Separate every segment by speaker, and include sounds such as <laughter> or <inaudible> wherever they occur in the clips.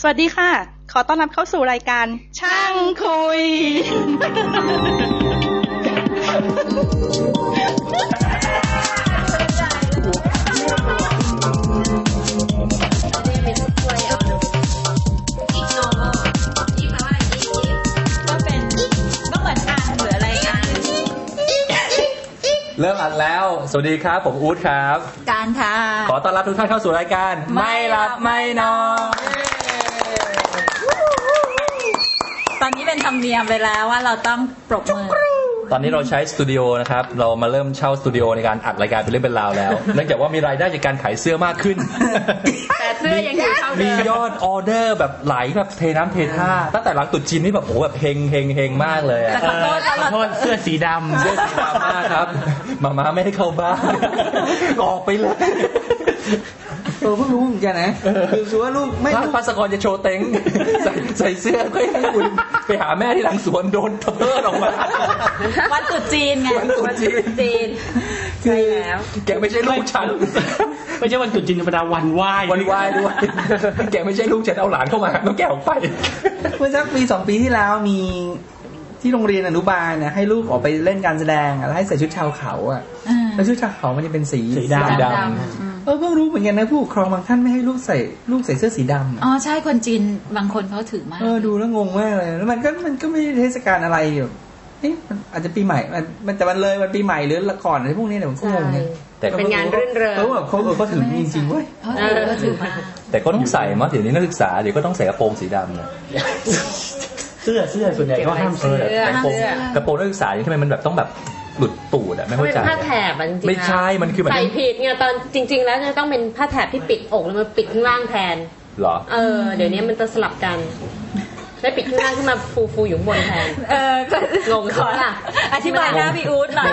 Speaker 1: สวัสดีค่ะ ขอต้อนรับเข้าสู่รายการ ช่างคุย
Speaker 2: ก็เป็นก็เหมือนอ่านหรืออะไรอ่ะ
Speaker 3: เริ่มอัดแล้ว สวัสดีครับ ผมอู๊ดครับ
Speaker 2: การค่ะ
Speaker 3: ขอต้อนรับทุกท่านเข้าสู่รายการ
Speaker 2: ไม่หลับไม่นอ
Speaker 3: น
Speaker 2: ตอนนี้เป็นธรรมเนียมไปแล้วว่าเราต้องปรบมือ
Speaker 3: ตอนนี้เราใช้สตูดิโอนะครับ เรามาเริ่มเช่าสตูดิโอในการอัดรายการเป็นเรื่องเป็นราวแล้ว เนื่องจากว่ามีรายได้จากการขายเสื้อมากขึ้น
Speaker 1: แต่เสื้อยังอยู่เท่า
Speaker 3: มี
Speaker 1: เดิม
Speaker 3: ยอดออเดอร์แบบไหลแบบเทน้ำเทท่า ตั้งแต่หลังตรุดจีนนี่แบบโอ้โหแบบเฮงเฮงเฮงมากเลยอะ
Speaker 2: แต่ขอโทษนะ
Speaker 4: ขอ
Speaker 2: เรา
Speaker 4: โทษเสื้อสีด
Speaker 3: เสื้อสีดำมากครับมาม่าไม่ให้เข้าบ้าน <laughs> ออกไปเลย
Speaker 5: เออเพิ่งรู้เหมือนกันนะคือคือว่าลูกไม่
Speaker 3: พา
Speaker 5: ลูก
Speaker 3: พัสกรจะโชว์เต็ง <laughs> ใส่ใส่เสื้อก็ให้อุ่นไปหาแม่ที่หลังสวนโดนเทิร์ออกมา <laughs>
Speaker 2: วันตรุษจีนไง
Speaker 3: วันตรุษจีน
Speaker 2: จีนใช่แล้ว
Speaker 3: แกไม่ใช่ลูกฉัน
Speaker 4: ำไม่ใช่วันตรุษจีนธรรมดาวันไหว้
Speaker 3: <laughs> วันไหวายด้วย <laughs> แกไม่ใช่ลูกฉันเอาหลานเข้ามาต้องแกออกไป
Speaker 5: เมื่อสักปีสองปีที่แล้วมีที่โรงเรียนอนุบาลนะให้ลูกออกไปเล่นการแสดงอะแล้วให้ใส่ชุดชาวเขาอ่ะ
Speaker 2: อืม
Speaker 5: แล้วชุดชาวเขามันจะเป็นสี
Speaker 4: สีด
Speaker 3: สีด
Speaker 5: เออเพิ่งรู้เหมือนกันนะผู้ปกครองบางท่านไม่ให้ลูกใส่ลูกใส่เสื้อสีดำอะ
Speaker 2: อ๋อใช่คนจีนบางคนเขาถือมาก
Speaker 5: เออดูแล้วงงมากเลยแล้วมันก็มันก็ไม่ได้เทศกาลอะไรอยู่เอ๊ะมันอาจจะปีใหม่มันมันแต่มันเลยวันปีใหม่หรือละครอะไรพวกนี้เนี่ยผมก็งงเนี่ย
Speaker 3: แต่ก็
Speaker 5: แต่ก็
Speaker 6: เป็นงานรื่นเริง
Speaker 5: เออแบบเขาเออเขาถึงจริงๆเว้ย
Speaker 2: เขาถือเขาถือมา
Speaker 3: แต่ก็ต้องใส่มาเดี๋ยวนี้นักศึกษาเดี๋ยวก็ต้องใส่กระโปรงสีดำเนี่ย
Speaker 4: ำเสื้อเสื้อส่วนใหญ่เขาห้าม
Speaker 6: เก็บ
Speaker 4: เสื้อ
Speaker 6: ไว้ สื้
Speaker 3: กระโปรงกระโปรง
Speaker 6: เสื้อ
Speaker 3: นักศึกษาเนี่ยทำไมมันแบบต้องแบบหลุดตูดอะไม่
Speaker 6: เขา
Speaker 3: เข้า
Speaker 6: เป็น
Speaker 3: ใจ
Speaker 6: ผ้าแถบอะจริงๆ
Speaker 3: ไม่ใช่มันคือแบบ
Speaker 6: ใส่ผิดไงตอนจริง ๆ แล้วจะต้องเป็นผ้าแถบที่ปิดอกแล้วมาปิดข้างล่างแทน
Speaker 3: เหรอ
Speaker 6: เออเดี๋ยวนี้มันจะสลับกันได้ปิดข้างล่างขึ้นมาฟูฟูๆอยู่ข้างบนแทน
Speaker 2: เออก็
Speaker 6: งงเขาล่ะ
Speaker 2: อธิบายหน้าพี่อู๊ดหน่อย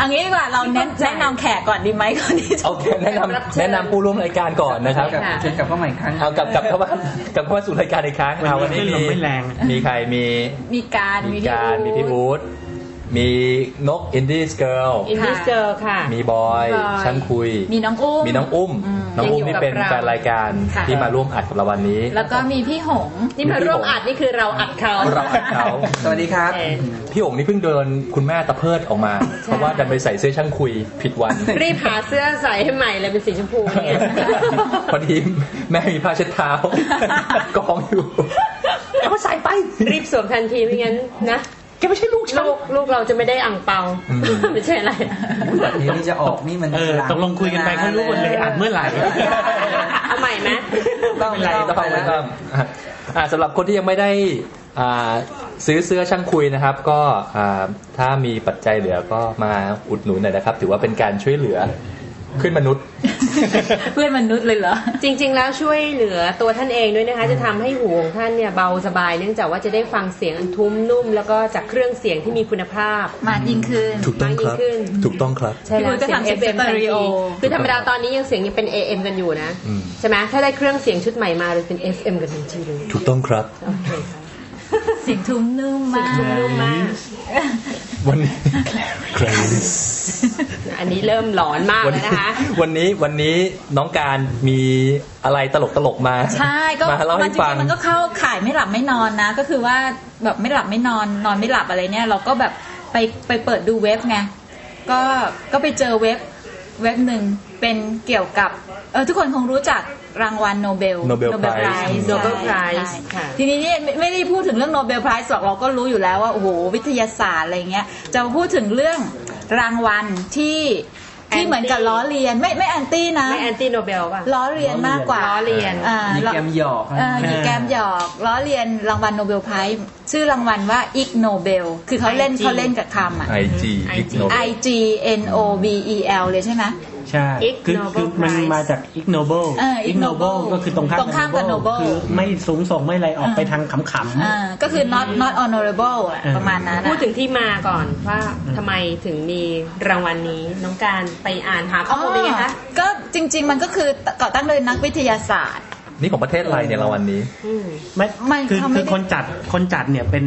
Speaker 2: อันนี้ดีกว่าเราแนะแนะนำแขกก่อนดีไหมก่อนที่จะ
Speaker 3: โอเคแนะนำแนะนำผู้ร่วมรายการก่อนนะครับ
Speaker 5: กลับกลับเข้ามาอีกครั้ง
Speaker 3: เอากลับกลับเข้ามากลับเข้ามาสู่รายการอีกครั้งเอา
Speaker 4: วั
Speaker 3: วัน น
Speaker 4: นี้
Speaker 3: นี้
Speaker 4: ล
Speaker 3: มี
Speaker 4: มไม่แรง
Speaker 3: มีใครมี
Speaker 2: มีการ
Speaker 3: มีการมีพี่อู๊ดมีนกอินดี้สเกิล
Speaker 6: อินดิสเจอร์ค่ะ
Speaker 3: มีบอย
Speaker 6: บอย
Speaker 3: ช่างคุย
Speaker 2: มีน้องอุ้ม
Speaker 3: มีน้องอุ้ม น้องอุ้ม
Speaker 6: ยังอยู่
Speaker 3: นี่เป็น
Speaker 6: กับเรา
Speaker 3: แฟนรายการ
Speaker 6: ค่ะ
Speaker 3: ที่มาร่วมอัดกับเราวันนี้
Speaker 2: แล้วก็มีพี่หงส์
Speaker 6: นี่มาร่วมอัดนี่คือเราอัดเขา
Speaker 3: เราอัดเขา
Speaker 5: สวัสดีครับ
Speaker 6: เออ
Speaker 3: พี่โองนี่เพิ่งเดินคุณแม่ตะเพิดออกมา เพราะว่าดันไปใส่เสื้อช่างคุยผิดวัน
Speaker 6: รีบหาเสื้อใส่ให้ใหม่เลยเป็นสีชมพู
Speaker 3: <laughs>
Speaker 6: เนี่ย
Speaker 3: พอดีแม่มีผ้าเช็ดเท้า กองอยู่
Speaker 6: เขาใส่ไปรีบสวมทันทีไม่งั้นนะ
Speaker 3: แกไม่ใช่ลูกฉัน
Speaker 6: ลูกลูกเราจะไม่ได้อ่งเปา
Speaker 3: อืม
Speaker 6: ไม่ใช่อะไร
Speaker 5: เดี๋ยวนี้จะออกนี่มัน
Speaker 4: เออตกลงคุยกันไปเขารู้หมดเลยอัดเมื่อไหร่
Speaker 6: เอาใหม่ไหม
Speaker 5: ต้อง
Speaker 3: ไม่เป็นไรต้องไม่ต้องอ่าสำหรับคนที่ยังไม่ได้อ่าซื้อเสื้อช่างคุยนะครับ ก็อ่าถ้ามีปัจจัยเหลือก็มาอุดหนุนหน่อยนะครับ ถือว่าเป็นการช่วยเหลือขึ้นมนุษย์
Speaker 2: เพื่อนมนุษย์เลยเหรอ
Speaker 6: จริงๆ แล้วช่วยเหลือตัวท่านเองด้วยนะคะ จะทำให้หูของท่านเนี่ยเบาสบายเนื่องจากว่าจะได้ฟังเสียงอันทุ้มนุ่ม แล้วก็จากเครื่องเสียงที่มีคุณภาพ
Speaker 2: มายิ่งขึ้น
Speaker 6: ถูกต้องครับมากยิ่งขึ้น
Speaker 3: ถูกต้องครับ
Speaker 6: ใช่แล้ว
Speaker 2: พี่ปุ้ยก็ทำเสียงสเตอริโอ
Speaker 6: คือธรรมดาตอนนี้ยังเสียงยังเป็น AM กันอยู่นะ
Speaker 3: อืม
Speaker 6: ใช่ไหมถ้าได้เครื่องเสียงชุดใหม่มาเลยเป็น FM กันทันทีเลย
Speaker 3: ถูกต้องครับ
Speaker 6: โอเคค่ะ
Speaker 2: เสียงทุ้มนุ่มมาก
Speaker 6: ทุ้มนุ่มมาก
Speaker 3: วันนี้
Speaker 6: อันนี้เริ่มหลอนมาก
Speaker 3: <laughs> วัน
Speaker 6: แล้ว
Speaker 3: นี้
Speaker 6: นะคะ
Speaker 3: วันนี้วันนี้น้องการมีอะไรตลกตลกๆมา
Speaker 2: ใช่ก็
Speaker 3: มาเล่าให้
Speaker 2: จริ
Speaker 3: ฟัง
Speaker 2: งๆมันก็เข้าข่ายไม่หลับไม่นอนนะ ก็คือว่าแบบไม่หลับไม่นอนนอนไม่หลับอะไรเนี่ย เราก็แบบไปไปเปิดดูเว็บไงก็ก็ไปเจอเว็บเว็บหนึ่งเป็นเกี่ยวกับเออทุกคนคงรู้จักรางวัลโนเบล
Speaker 3: Nobel Prize
Speaker 2: โนเบล
Speaker 6: Nobel
Speaker 2: ไพร
Speaker 6: Prize
Speaker 2: ส์
Speaker 6: ค่ะ
Speaker 2: ทีนี้เนี่ยไม่ไม่ได้พูดถึงเรื่องโนเบลไพรส์หรอกเราก็รู้อยู่แล้วว่าโอ้โหวิทยาศาสตร์อะไรเงี้ยจะมาพูดถึงเรื่องรางวัลที่ที่เหมือนกับล้อเลียนไม่ไม่แอนตี้นะ
Speaker 6: ไม่แอนตี้โนเบลป่ะ
Speaker 2: ล้อเลียนมากกว่า
Speaker 6: ล้อเลียน
Speaker 2: อ่า
Speaker 5: มีแกมหยอกนะ
Speaker 2: เอ่อหยิกแกมหยอกล้อเรียนรางวัลโนเบลไพรส์ชื่อรางวัลว่าอิกโนเบลคือเขาเล่น
Speaker 6: IG
Speaker 2: เขาเล่นกับคำอ่ะ
Speaker 3: IG
Speaker 6: IG
Speaker 2: I G N O B E L เลยใช่ไหม
Speaker 4: ใช่คือ
Speaker 6: Ignoble
Speaker 4: คือมัน
Speaker 6: Prize
Speaker 4: มาจาก ignoble
Speaker 2: เออ ignoble
Speaker 4: ignoble ก็คือตรงข้าม
Speaker 2: ตรงข้ามกับ noble
Speaker 4: คือไม่สูงส่งไม่อะไรออก
Speaker 2: อ่า
Speaker 4: ไปทางขำ
Speaker 2: อ่าก็คือ not not honorable อ่ะ
Speaker 4: อ่า
Speaker 2: ประมาณนั้นอะ
Speaker 6: พูดถึงที่มาก่อนว่าทำไมถึงมีรางวัลนี้น้องการไปอ่านหาข้
Speaker 2: อ๋
Speaker 6: อ
Speaker 2: อ
Speaker 6: มูลเป็นไงคะ
Speaker 2: ก็จริง ๆ มันก็คือก่อตั้งโดยนักวิทยาศาสตร์
Speaker 3: นี่ของประเทศอะไรเนี่ยรางวัลนี้
Speaker 6: อืม
Speaker 4: ๆไม่
Speaker 2: ไม่
Speaker 4: คือ
Speaker 2: เขาไม่
Speaker 4: คือ
Speaker 2: ได้
Speaker 4: คนจัดคนจัดเนี่ยเป็น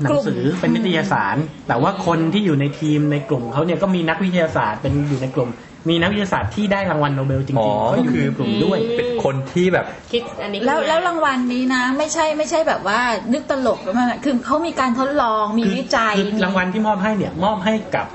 Speaker 4: หนั
Speaker 2: กลุ่
Speaker 4: ง
Speaker 2: ม
Speaker 4: สือเป็นนิตยสาร แต่ว่าคนที่อยู่ในทีมในกลุ่มเขาเนี่ยก็มีนักวิทยาศาสตร์เป็นอยู่ในกลุ่ม มีนักวิทยาศาสตร์ที่ได้รางวัลโนเบลจริ
Speaker 3: อ๋อ
Speaker 4: งๆก็อยู่ในกลุ่มด้วย
Speaker 6: อืม
Speaker 3: เป็นคนที่แบบ
Speaker 6: คิดอันนี้
Speaker 2: แล้ว
Speaker 6: ขึ้นมา
Speaker 2: แล้วรางวัลนี้นะ ไม่ใช่ไม่ใช่แบบว่านึกตลกไมันคือเขามีการทดลองมี
Speaker 4: คือ
Speaker 2: วิจัย
Speaker 4: คือ
Speaker 2: มี
Speaker 4: รางวัลที่มอบให้เนี่ยมอบให้กับ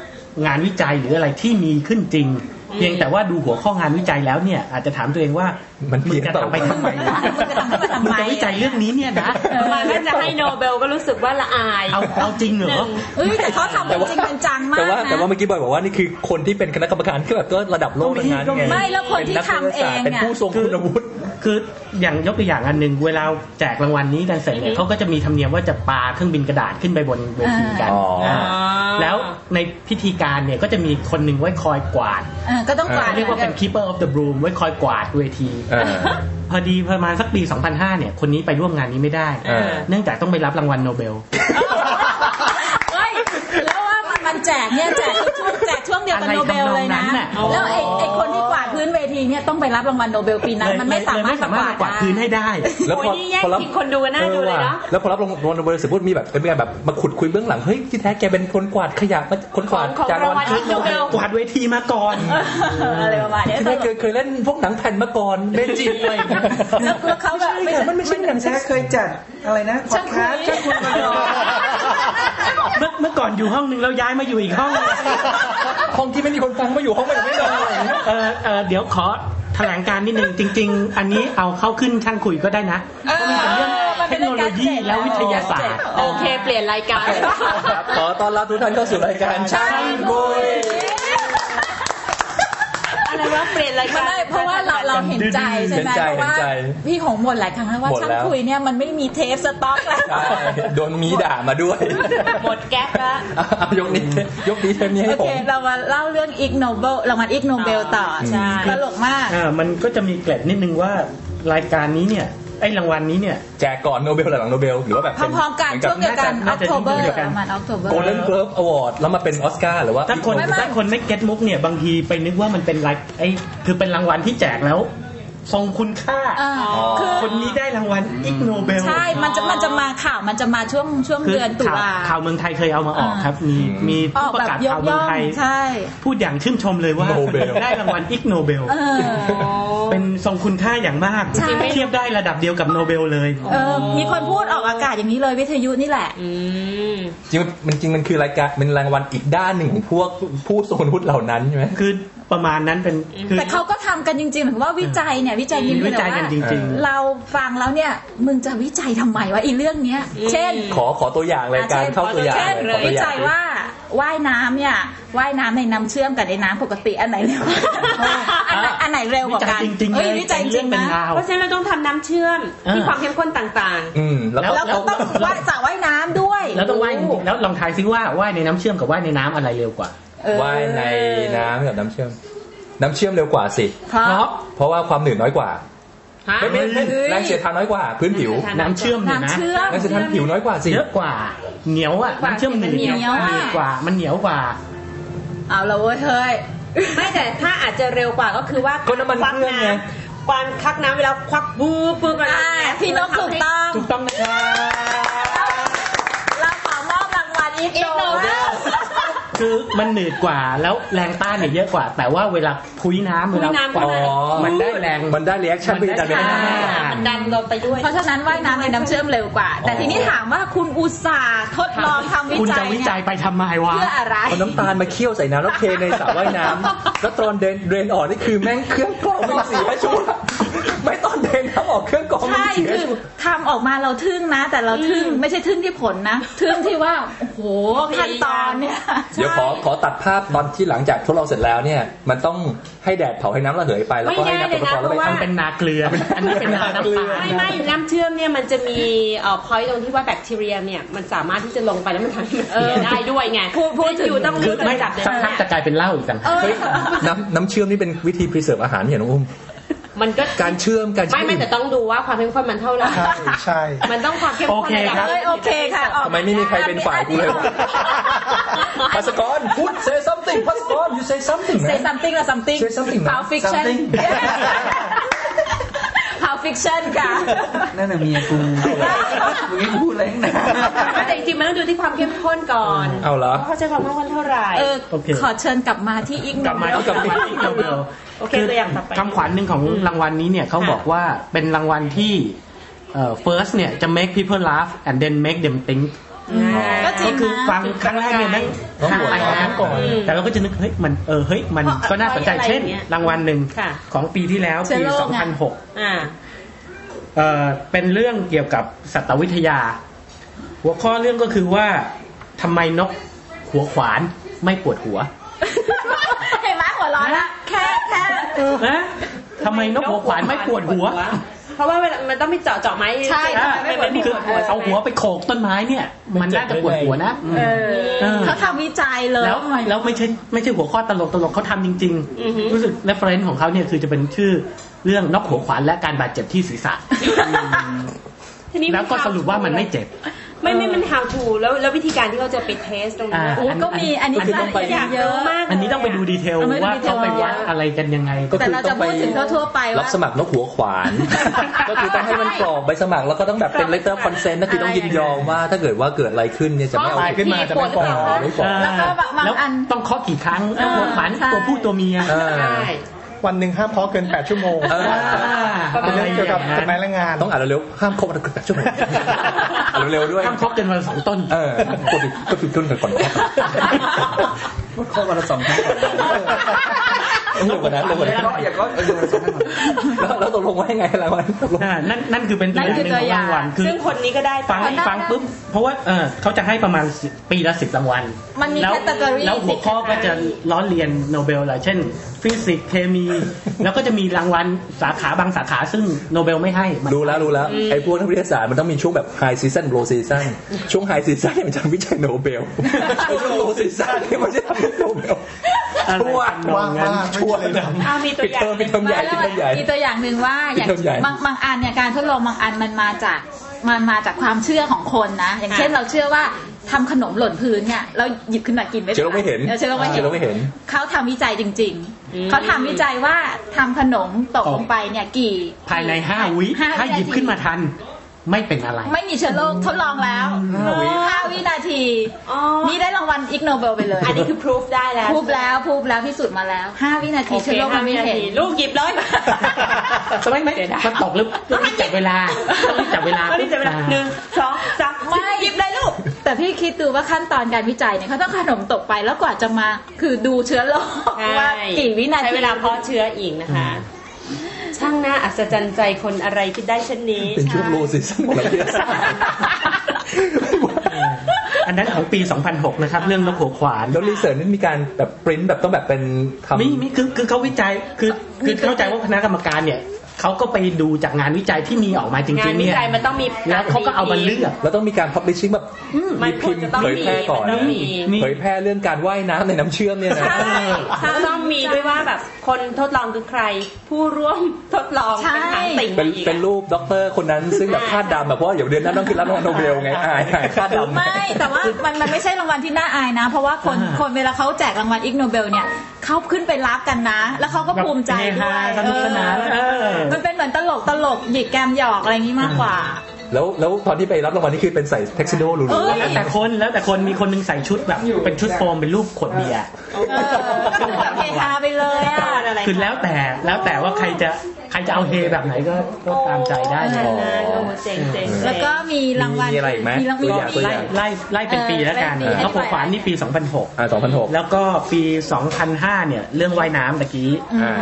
Speaker 4: งานวิจัยหรืออะไรที่มีขึ้นจริง
Speaker 6: อืม
Speaker 4: เพียงแต่ว่าดูหัวข้องานวิจัยแล้วเนี่ยอาจจะถามตัวเองว่า
Speaker 3: มั
Speaker 4: มัน
Speaker 3: เพี้ยน
Speaker 4: จะ
Speaker 3: เปล่า
Speaker 4: ทำไปทำไม
Speaker 2: มันจะทำไปทำไม
Speaker 4: งจะวิจัยเรื่องนี้เนี่ยนะ
Speaker 6: มาก็จะให้โนเบลก็รู้สึกว่าละอาย
Speaker 4: เอาเอาจริงเหร
Speaker 6: ห
Speaker 4: อ
Speaker 6: นึ่ง
Speaker 2: เอ้ยแต่เขาทำเป็
Speaker 3: แต่
Speaker 2: น
Speaker 3: ว่า
Speaker 2: จริงเป็นจังมา
Speaker 3: แต่
Speaker 2: ก
Speaker 3: ว่าแต่ว่า
Speaker 2: นะ
Speaker 3: เมื่อกี้บอยบอกว่านี่คือคนที่เป็นคณะกรรมการที่แบบก็ระดับโลกทั้งนั้นไง
Speaker 2: ไม่แล้วคนที่ทำเอง
Speaker 3: เป็น
Speaker 2: เนี่ย
Speaker 3: ผู้ทรงคุณวุฒิ
Speaker 4: คืออย่างยกตัวอย่างอันหนึ่งเวลาแจกรางวัลนี้กันเสร็จเนี่ยเขาก็จะมีธรรมเนียมว่าจะปาเครื่องบินกระดาษขึ้นไปบนเวทีกัน
Speaker 3: อ๋ออ่
Speaker 4: าแล้วในพิธีการเนี่ยก็จะมีคนหนึ่งไว้คอยกวาด
Speaker 2: เออก็ต้องกวาด
Speaker 4: เรียกว่าเป็น keeper of the broom ไว้คอยกวาดเวที
Speaker 3: เออ
Speaker 4: พอดีประมาณสักปี 2005 เนี่ย คนนี้ไปร่วมงานนี้ไม่ได้
Speaker 3: เออ
Speaker 4: เนื่องจากต้องไปรับรางวัลโนเบล
Speaker 2: เอ้ยแล้วว่ามันมันแจกเนี่ยแจกช่วงแจกช่วงเดียวกับ
Speaker 4: อะไร
Speaker 2: โนเบลเลยนะ
Speaker 4: ทำนองนั้นน่ะ
Speaker 2: แล้วไอ้ไอ้คนที่กวาดพื้นเวทีเนี่ยต้องไปรับรางวัลโนเบลปีนั้นมันไม่สามารถ
Speaker 4: เลยไสามารถ
Speaker 2: ม
Speaker 4: กวาดพื้นให้ได้
Speaker 3: แล้วพอ
Speaker 6: โอ้ยนี่แย่ง
Speaker 3: พอรับ
Speaker 6: กินคนดูกันน่าดูเลยเนาะ
Speaker 3: ออว่แล้วพอรับรางวัลโนเบลสมมติมีแบบเป็นการแบบมาขุดคุยเบื้องหลังเฮ้ยที่แท้แกเป็นคนกวาดขยะมาคนกวาด
Speaker 6: ของ
Speaker 3: จาก
Speaker 6: รางวัล
Speaker 3: ที่
Speaker 6: โนเบล
Speaker 4: กวาดเวทีมาก่อน
Speaker 2: อะไรประมาณเนี้ย
Speaker 3: แท้เคยเคยเล่นพวกหนังแผ่นมาก่อนไม่จริงเลย
Speaker 2: แล้วแล้วเขาแบบไม่
Speaker 5: มันไม่ใช่หนังแท้เคยจัดอะไรนะพอดแคสต์
Speaker 2: ช่า
Speaker 5: ช่าง ง
Speaker 2: คุ
Speaker 5: คุ
Speaker 2: ย
Speaker 5: ยมาก่อน
Speaker 4: เมื่อเมื่อก่อนอยู่ห้องหนึ่งแล้วย้ายมาอยู่อีกห้องหนึ่ง
Speaker 3: ห้องที่ไม่มีคนฟังมาอยู่ห้องไม่ไม่นอนอะไรอย่างเงี้ย
Speaker 4: เออเออเดี๋ยวขอแถลงการนิดนึงจริง ๆ อันนี้เอาเข้าขึ้นช่างคุยก็ได้นะ
Speaker 2: มัน
Speaker 4: เท
Speaker 2: ป็
Speaker 4: ค
Speaker 2: ร
Speaker 4: โนโลยี
Speaker 2: จ็บ
Speaker 4: และวิทยาศาสตร์
Speaker 6: โอเค เปลี่ยนรายการ
Speaker 3: ครับขอต้อนรับทุกท่านเข้าสู่รายการช่างคุย
Speaker 6: อะไรวะเปลี่ยนราย
Speaker 2: มั
Speaker 6: กาน ร
Speaker 2: ไม่เพราะว่าเราเราเห็นใจใช่ไหมเพราะว่าพี่หงส์บ่นหลายครั้งแล้วว่าช่างคุยเนี่ยมันไม่มีเทปสต็อกแล้ว
Speaker 3: ใช่โดนมีด่ามาด้วย
Speaker 6: หมดแก๊ปละ
Speaker 3: อ่ะยกนี้ <laughs> ยกนี้เทปนี้ให้
Speaker 2: โอ
Speaker 3: ผ
Speaker 2: เค
Speaker 3: ม
Speaker 2: เรามาเล่าเรื่องอิกโนเบลรางวัลอิกโนเบลต่อใช่ตลกมาก
Speaker 4: อ่ามันก็จะมีเกร็ดนิดนึงว่ารายการนี้เนี่ยไอ้รางวัลนี้เนี่ย
Speaker 3: แจกก่อนโนเบลหรือหลังโนเบลหรือว่าแบบ
Speaker 2: พร้อมๆกันช่วงเดียวกันอ
Speaker 4: น่า
Speaker 2: อก
Speaker 4: จะ
Speaker 2: โทเบอร์
Speaker 4: น่าจะเดียวกัน
Speaker 2: ประมาณออกโทเบอร์
Speaker 3: โกลเด้นเกิร์ฟอวอร์ดแล้วมาเป็นออสการ์หรือว่า
Speaker 4: ถ้าคน
Speaker 2: ไม่ไม่
Speaker 4: ถ้าคนไม่เก็ตมุกเนี่ยบางทีไปนึกว่ามันเป็นรายไอ้คือเป็นรางวัลที่แจกแล้ว ทรงคุณค่า
Speaker 2: คือ
Speaker 4: คนนี้ได้รางวัลอิกโนเบล
Speaker 2: ใช่ มันจะมันจะมาข่าวมันจะมาช่วงช่วง
Speaker 4: คือ
Speaker 2: เดือนตุ
Speaker 4: ข่าว
Speaker 2: ลา
Speaker 4: ข่าวเมืองไทยเคยเอามาออกครับ มี
Speaker 3: อืม
Speaker 4: มี
Speaker 2: อ
Speaker 4: ผู้
Speaker 2: อก
Speaker 4: ป
Speaker 2: แบ
Speaker 4: ระ
Speaker 2: บ
Speaker 4: กาศ
Speaker 2: ย
Speaker 4: ข่าก วเมือ
Speaker 2: ย่
Speaker 4: ง
Speaker 2: อง
Speaker 4: ไทย
Speaker 2: ใช่
Speaker 4: พูดอย่างชื่นชมเลยว่า
Speaker 3: โนเบล
Speaker 4: ได้รางวัลอิกโนเบล
Speaker 2: เออ
Speaker 4: เป็นทรงคุณค่าอย่างมาก
Speaker 2: ใช่
Speaker 4: เทียบได้ระดับเดียวกับโนเบลเลย
Speaker 2: เออ มีคนพูดออกอากาศอย่างนี้เลยวิทยุนี่แหละ
Speaker 6: อืม
Speaker 3: จริงมันจริงมันคือรายการเป็นรางวัลอีกด้านหนึ่งของพวกผู้ทรงคุณวุฒิเหล่านั้นใช่ไหม
Speaker 4: คือประมาณนั้นเป็นคือ
Speaker 2: แต่เขาก็ทำกันจริงๆหมายความว่าวิจัยเนี่ยวิจัยจริงๆ
Speaker 4: วิจัยกันจริง
Speaker 3: ๆ
Speaker 2: เราฟังแล้วเนี่ย มึงจะวิจัยทำไมวะไอีเรื่องเนี้ย เช่น
Speaker 3: ขอขอตัวอย่างรายการ
Speaker 2: อ่ะช่น
Speaker 3: เข้าตัวอย่าง
Speaker 2: เช่น
Speaker 3: ขอตัว
Speaker 2: วิ
Speaker 3: อย่า
Speaker 2: จั
Speaker 3: ง
Speaker 2: ยว่าว่ายน้ำเนี่ยว่ายน้ำในน้ำเชื่อมกับในน้ำปกติอันไหน
Speaker 4: <laughs>
Speaker 2: เร็วอันไหนอันไหนเร็วกว่ากัน
Speaker 4: วิจัยจริงๆ
Speaker 2: เอ้ย
Speaker 4: เลย
Speaker 2: วิจัยจ
Speaker 4: เป็
Speaker 2: ริ
Speaker 4: น
Speaker 2: ง
Speaker 4: เรื่องเป็น
Speaker 2: นะ
Speaker 4: ราว
Speaker 6: เพราะฉะนั้นเราต้องทำน้ำเชื่อม
Speaker 4: อ่ามี
Speaker 6: มีความเข้มข้นต่าง
Speaker 3: อืมแล้ว
Speaker 4: แล้ว
Speaker 2: แล้วก็ต้องว่ายสระว่ายน้ำด้วย
Speaker 4: แล้วต้องว่าย
Speaker 6: โอ้
Speaker 4: แล้วลองทายซิว่าว่ายในน้ำเชื่อมกับว่ายในน้ำอะไรเร็วกว่า
Speaker 2: เออ
Speaker 3: ว่ายในน้ำกับน้ำเชื่อม น้ำเชื่อมเร็วกว่าสิ
Speaker 2: เพราะ
Speaker 3: เพราะว่าความหนืดน้อยกว่า
Speaker 6: ๆฮะ
Speaker 3: ไม่ไม่ไม่
Speaker 2: เฮ้ย
Speaker 3: แรงเสียดทานน้อยกว่า พื้นผิว
Speaker 4: น้ำเชื่อมเนี่ย
Speaker 2: น้ำ
Speaker 4: นะ
Speaker 2: เชื่อม
Speaker 3: แรงเสียดทานผิวน้อยกว่าสิ
Speaker 4: เยอะกว่า เหนียวอ่ะ
Speaker 6: กว่า
Speaker 4: น้ำเชื่อมหนืด
Speaker 6: เหนีย
Speaker 4: ก
Speaker 6: ว
Speaker 4: ว่า
Speaker 2: อะ
Speaker 4: หนืดกว่า มันเหนียวกว่า
Speaker 2: เอาละเว้ยเฮ้ย
Speaker 6: ไม่แต่ถ้าอาจจะเร็วกว่าก็คือว่า
Speaker 3: ก็น้ำมัน
Speaker 6: วัก
Speaker 3: เครื่องไง
Speaker 6: ความควักน้ำเวลาควักบูบูกัน
Speaker 2: อ่าพี่นกถูกต้อง
Speaker 4: ถูกต้องนะครับ
Speaker 2: เราขอมอบรางวัลอีก
Speaker 6: อีก
Speaker 2: โน
Speaker 6: โนเบ
Speaker 2: เบ
Speaker 6: ล
Speaker 2: ล
Speaker 4: คือมันหนืดกว่าแล้วแรงต้านเนี่ยเยอะกว่า แต่ว่าเวลาพุ้ยน้ำเว
Speaker 6: คุย
Speaker 4: ลา
Speaker 6: น้ำ
Speaker 4: ก
Speaker 6: กั
Speaker 4: วาด
Speaker 6: นนะ
Speaker 3: อ๋อ
Speaker 4: มันได้แรง
Speaker 3: มันได้เรีแอคชั่นไปอีกแต่เป็น
Speaker 4: มันได้
Speaker 6: มันดันเราไปด้วย
Speaker 2: เพราะฉะนั้นว่ายน้ำในน้ำเชื่อมเร็วกว่า แต่ทีนี้ถามว่าคุณอุตสาห์ทดลองทำวิ
Speaker 4: คุณ
Speaker 2: จั
Speaker 4: จะ
Speaker 2: ย
Speaker 4: วิ
Speaker 2: เนี่ย
Speaker 4: จัยไปทำไมวะ
Speaker 2: เพื่ออะไร
Speaker 3: เอาน้ำตาลมาเคี่ยวใส่น้ำแล้วเทในสระว่ายน้ำ แล้วตอนเดนเดรนออกนี่คือแม่งเครื่องกรองไม่เสียชัวร์ไม่ตอนเดรนน้ำออกเครื่องกรองไม่
Speaker 2: ใช่
Speaker 3: เสีย
Speaker 2: คือ
Speaker 3: ชัวร์
Speaker 2: ทำออกมาเราทึ่งนะ แต่เราทึ่งไม่ใช่ทึ่งที่ผลนะ ทึ่งที่ว่า โอ้โหขั้นตอนเนี่ย
Speaker 3: เดี๋ยวขอขอตัดภาพตอนที่หลังจากทดลองเสร็จแล้วเนี่ย มันต้องให้แดดเผาให้น้ำระเหยไป แล้วก็ให้น้ำตกตะกอนแล้วไป
Speaker 6: ไม่ได้เลยนะเพราะว่า
Speaker 4: มันเป็นนาเกลือ อันนั้นเป็นนาน้ำตาล
Speaker 6: ไม่ไม่น้ำเชื่อมเนี่ยมันจะมีเอ่อ point ตรงที่ว่าแบคทีเรียเนี่ยมันสามารถที่จะลงไปแล้วมันทำให้มันเสียได้ด้วยไงพูดพูดอยู่ต้อง
Speaker 4: คื
Speaker 6: รู้
Speaker 4: อไม่
Speaker 6: จัก
Speaker 4: สักพักจะกลายเป็นเหล้าอีกต่างหาก
Speaker 2: เออ
Speaker 3: เฮ้ยน้ำน้ำเชื่อมนี่เป็นวิธีพรีเซิร์ฟอาหารเห็นไหมอุ้ม
Speaker 6: มันก็
Speaker 3: การเชื่อมการเชื่
Speaker 6: ไม่
Speaker 3: อม
Speaker 6: ไม่แต่ต้องดูว่าความเข้มข้นมันเท่าไหร่
Speaker 7: ใช่ใช่
Speaker 6: มันต้องความเข้ม
Speaker 4: โอ
Speaker 6: ข้น
Speaker 4: เค
Speaker 6: ระดับ
Speaker 4: ครับ
Speaker 2: เอ้ยโอเคค่ะออก
Speaker 3: ทำไมไม่มีใครเป็นฝ่ายกูเลยพัสกรพูด say something พัสกร you say something
Speaker 2: เซ
Speaker 3: นะ
Speaker 2: ซัมติงละซัมติง
Speaker 3: Say something นะ
Speaker 2: พาวฟิคชั่น
Speaker 3: something
Speaker 2: <laughs> พาว ฟิกชัน
Speaker 3: <laughs>
Speaker 2: ค่ะ
Speaker 5: นั่นน่ะเมียกูมึงให้กูพูดอะไรข้างหน้า
Speaker 6: แต่จริงๆมันต้องดูที่ความเข้มข้นก่อน
Speaker 3: เอาเหรอ
Speaker 6: ว่าเขาใช้ความเข้มข้นเท่าไหร่
Speaker 2: เออ
Speaker 4: โอเค
Speaker 2: ขอเชิญกลับมาที่อีกห
Speaker 4: ก
Speaker 2: นึ่
Speaker 4: ลับ
Speaker 2: ง
Speaker 4: มาที่กลับมาที่เราเดียว
Speaker 6: โอเคตัวอย่างต่อไป
Speaker 4: คำขวัญหนึ่งของรางวัลนี้เนี่ยเขาบอกว่าเป็นรางวัลที่เอ่อ first เนี่ยจะ make people laugh and then make them think
Speaker 2: ก็จริ
Speaker 4: ก็
Speaker 2: ง
Speaker 4: คือ
Speaker 2: นะ
Speaker 4: ฟังครั้งแรกเนี่ยนะ
Speaker 3: ต้องหัวเราะ
Speaker 4: หาก่อนแต่เราก็จะนึกเฮ้ยมันเออเฮ้ยมัน
Speaker 6: เพราะ
Speaker 4: ก็น่าสนใจ
Speaker 6: อะไร
Speaker 4: เช่น
Speaker 6: อย่างเงี้ย
Speaker 4: รางวัลหนึ่ง
Speaker 6: ค่ะ
Speaker 4: ของปีที่แล้ว
Speaker 2: เชื้
Speaker 4: ปี
Speaker 2: อโรคไง
Speaker 4: 2006
Speaker 6: อ่า
Speaker 4: เอ่อเป็นเรื่องเกี่ยวกับสัตววิทยา หัวข้อเรื่องก็คือว่าทำไมนกหัวขวานไม่ปวดหัว
Speaker 2: <laughs> เห็นไหมหัวร้อนละแค่แค่
Speaker 4: นะทำไมนกหัวขวานไม่ปวดหัว
Speaker 6: เพราะว่าเวลามันต้องไปเจาะเจาะไม้
Speaker 2: ใช่
Speaker 4: นะ
Speaker 6: ไมไม่ไม่
Speaker 4: คือ
Speaker 6: ปวด
Speaker 4: เอาหัวไปโขกต้นไม้เนี่ย มันน่าจะปวดหัวนะ
Speaker 6: เออ
Speaker 4: เออ
Speaker 2: เขาทำวิจัยเลย
Speaker 4: แล้วแล้วไม่ใช่ไม่ใช่หัวข้อตลกตลกเขาทำจริง
Speaker 6: อือฮึ
Speaker 4: ๆ รู้สึกเรฟเฟรนซ์ของเขาเนี่ยคือจะเป็นชื่อเรื่องนกหัวขวานและการบาดเจ็บที่ศีรษะ
Speaker 6: ทีนี้น
Speaker 4: แล้วก็สรุปว่ามันไม่เจ็บ
Speaker 6: ไม่ไม่มัน how to แล้วแล้ววิธีการที่เขาจะไปเทสตรงนี้
Speaker 4: อ่า
Speaker 2: โอ้ก็มีอันนี้
Speaker 4: อันนี้ต้องไป
Speaker 2: รายละเอียดเยอะมาก
Speaker 4: อันนี้ต้องไปดูดีเทล
Speaker 2: เอาไม่ดู
Speaker 4: ว่า
Speaker 2: ดีเทล
Speaker 4: เขาไปวัดอะไรกันยังไง
Speaker 3: ก็
Speaker 2: แต่
Speaker 3: คือ
Speaker 2: เรา
Speaker 3: ต้
Speaker 2: จะ
Speaker 3: องไป
Speaker 2: พูดถึงทั่วๆไป
Speaker 3: รับ
Speaker 2: ว่า
Speaker 3: สมัครนกหัวขวาน ก็คือต้องให้มันกรอกใบสมัครแล้วก็ต้องแบบเป็น letter of consent ก็คือต้องยินยอมว่าถ้าเกิดว่าเกิดอะไรขึ้นเนี่ยจะไม่เอา
Speaker 5: ตาย
Speaker 3: ผิด
Speaker 5: ขึ้นมาจะไม่
Speaker 6: ป
Speaker 5: ป
Speaker 6: ว
Speaker 5: อ
Speaker 6: ด
Speaker 5: ด
Speaker 6: หรือเปล่า
Speaker 3: ไม่ฟ้อง
Speaker 6: คะ
Speaker 2: แล้วก็บาง
Speaker 4: แล้ว
Speaker 2: อัน
Speaker 4: ต้องเคาะกี่ครั้ง
Speaker 2: อ่า
Speaker 4: หัวขวาน
Speaker 2: ใช่
Speaker 4: ตัวผู้ตัวเมีย
Speaker 3: เออ
Speaker 6: ใช่
Speaker 7: วันหนึ่งห้ามเพาะเกิน 8 ชั่วโมง
Speaker 3: เออ
Speaker 7: เป็นเรื่องเกี่ยวกับกฎหมายแรงงาน
Speaker 3: ต้องอ่านเร็วๆห้ามครบวันเกิดช่วงไหนอ่านเร็วๆด้วย
Speaker 4: ข้ามเคาะกันวันละสองต้น
Speaker 3: เออก็ผิดก็ผิดต้นกันก่อน
Speaker 5: พูดเข้าวันละสองครั้งก่อน
Speaker 3: ลงกว่านั้นลงกว่า
Speaker 5: อย่า
Speaker 3: นั้น
Speaker 5: เคาะอย่าเคาะอย่าเคาะวันละสองครั้งก่อน
Speaker 3: แล้วแล้วตกลงว่ายังไงรางวัลตกลง
Speaker 4: อ่านั่นนั่นคือเป็นตัว
Speaker 2: นั่
Speaker 4: อนย่างห
Speaker 2: คือตัวอย่าง
Speaker 4: นึ่งของรางวัลคือ
Speaker 6: ซึ่งคนนี้ก็ได้
Speaker 4: ฟังฟังปุ๊บเพราะว่าเออเขาจะให้ประมาณสิบปีละสิบรางวัล
Speaker 2: มันมี
Speaker 4: แล้ว
Speaker 2: แคตตาล็อ
Speaker 4: แล้วหัวข้อก็จะล้อเรียนโนเบลอะไรเช่น ฟิสิกส์เคมี แล้วก็จะมีรางวัลสาขาบางสาขาซึ่งโนเบลไม่ให้มัน
Speaker 3: รู้แล้วรู้แล้วไอ้พวกนักวิทยาศาสตร์มันต้องมีช่วงแบบ high season low season ช่วง high season เนี่ยมันจะวิจัยโนเบ
Speaker 6: <laughs>
Speaker 3: ลช่วง low season เนี่ยมันจะทำโนเบล
Speaker 4: อะไร
Speaker 3: ชั่ว
Speaker 4: ทำนอ
Speaker 7: ว่าง ง
Speaker 4: นั้น
Speaker 7: มากไม่ช่วยเลยนะ
Speaker 6: อ้าวมีตัว
Speaker 3: ปิด
Speaker 6: อย่า
Speaker 3: เท
Speaker 6: ง
Speaker 3: อมปิดเทอมใหญ่ปิดเทอมใหญ่
Speaker 2: มีตัวอย่างหนึ่งว่าอย่าง
Speaker 3: เรื่องใหญ่
Speaker 2: บางบางอันเนี่ยการทดลองบางอันมันมาจากมันมาจากความเชื่อของคนนะ อย่างเช่นเราเชื่อว่าทำขนมหล่นพื้นเนี่ยเราหยิบขึ้นมากินไม่
Speaker 3: เชื้อโรคไม่เห็น
Speaker 2: ออเชื้อโรคไม่เห็น
Speaker 3: อโรคไม่เห็น
Speaker 2: เขาทำวิจัยจริง ๆ เขาทำวิจัยว่าทำขนมตกลงไปเนี่ยกี่
Speaker 4: ภายในห้าวิถ้าหยิบขึ้นมาทันไม่เป็นอะไร
Speaker 2: ไม่มีเชื้อโรคทดลองแล้ว
Speaker 4: ห้าวิ
Speaker 2: ห้าวินาที
Speaker 6: อ๋อ
Speaker 2: นี่ได้รางวัลอิกโนเบลไปเลย
Speaker 6: อันนี้คือ proof ได้แล้ว
Speaker 2: พูบแล้วพูบแล้วพิสูจน์มาแล้วห้าวินาที
Speaker 6: โอเค
Speaker 2: เชื้อโรคมันไม่
Speaker 6: ห้าวิา
Speaker 2: เห็น
Speaker 6: ทีลูกหยิบเลย
Speaker 4: <laughs>
Speaker 6: <laughs>
Speaker 4: สมัยไหมมันตกหรือต้องรีบจับเวลาต้องรีบจับเวลา
Speaker 6: ตอนนี้จะเวลาหนึ่งสองสาม
Speaker 2: ไม่
Speaker 6: หยิบเลยลูก
Speaker 2: แต่พี่คิดดูว่าขั้นตอนการวิจัยเนี่ยเขาต้องขนมตกไปแล้วกว่าจะมาคือดูเชื้อโรค
Speaker 6: ใช่
Speaker 2: ว่ากี่วินา
Speaker 6: ใช้
Speaker 2: ที
Speaker 6: เวลาเพาะเชื้ออีกนะคะ ช่างน่าอัศจรรย์ใจคนอะไรคิดได้เช่นนี้
Speaker 3: เป็นช่วง low season ของนักวิทยาศาสตร์
Speaker 4: อันนั้นของปี 2006 นะครับ เรื่องนกหัวขวาน
Speaker 3: แล้วรีเสิร์ชนี่มีการแบบปริ้นแบบต้องแบบเป็นทำ
Speaker 4: มีมีคือคือเขาวิจัยคือคือเข้าใจว่าคณะกรรมการเนี่ยเขาก็ไปดูจากงานวิจัยที่มีออกมาจ
Speaker 6: งา
Speaker 4: ริ
Speaker 6: น
Speaker 4: งๆ
Speaker 6: วิ
Speaker 4: เนี่ย
Speaker 6: จัยมันต้องมี
Speaker 4: แล้วเขาก็เอามาเลือก
Speaker 3: แล้วต้องมีการ publishing แบบ
Speaker 6: มั
Speaker 3: มี
Speaker 6: นค
Speaker 3: พิ
Speaker 6: วร
Speaker 3: มพ์
Speaker 6: จะต้อง
Speaker 3: เผยแพ
Speaker 6: มี
Speaker 3: ร่ก่อน
Speaker 6: มันต้องมี
Speaker 4: นี่
Speaker 3: เผยแพร่เรื่องการว่ายน้ำในน้ำเชื่อมเนี่ยนะ
Speaker 6: ใช่ค่ะต้องมีด้วยว่าแบบคนทดลองคือใคร ผู้ร่วมทดลองเป็นทางติ่ง
Speaker 3: เป็น
Speaker 6: อีกอะ
Speaker 3: เป็นรูปด็อกเตอร์คนนั้นซึ่งแบบคาดดำแบบเพราะว่าเดี๋ยวเดือนหนั้นต้องขึ้นรับรางวัลโนเบลไงอาย
Speaker 4: <laughs>
Speaker 3: อายคาดดำ
Speaker 2: ไม่แต่ว่ามันมันไม่ใช่รางวัลที่น่าอายนะ เพราะว่าคนคนเวลาเขาแจกรางวัลอิกโนเบลเนี่ยเขาขึ้นไปรับกันนะ แล้วเขาก็ภูมิใจด้วย
Speaker 4: สนุกสนาน
Speaker 2: เอ
Speaker 4: เอ
Speaker 2: อ
Speaker 4: อ
Speaker 2: มันเป็นเหมือนตลกตลกหยิกแกมหยอกอะไรอย่างนี้มากกว่า
Speaker 3: แล้วแล้วตอนที่ไปรับรางวัลนี่คือเป็นใส่เท็กซิโดหรู
Speaker 2: เอ้ย
Speaker 4: แล้วแต่คนแล้วแต่คนมีคนหนึงใส่ชุดแบบเป็นชุดโฟมเป็นรูปขวดเบียร์
Speaker 2: เออก็คือแบบเฮฮาไปเลยอะ
Speaker 6: อะไร
Speaker 4: คือแล้วแต่แล้วแต่ว่าใครจะใครจะเอาเฮแบบไหนก็ก็ตามใจได้เลย
Speaker 6: นะโอ้เจ๋งเจ๋ง
Speaker 2: แล้วก็มีรางวัล
Speaker 3: มีอะไรอีกไหม
Speaker 2: มีราง
Speaker 3: ตั
Speaker 2: วัล
Speaker 3: วอย่างตัวอ
Speaker 4: ไล่
Speaker 3: ย่าง
Speaker 4: ไล่ไล่เป็นปีแล้วกัน
Speaker 2: เออเป็นปี
Speaker 4: แล้วผมขวานนี่ปี 2006
Speaker 3: อ่าสองพันหก
Speaker 4: แล้วก็ปี 2005 เนี่ย เรื่องว่ายน้ำตะกี้
Speaker 3: อ่า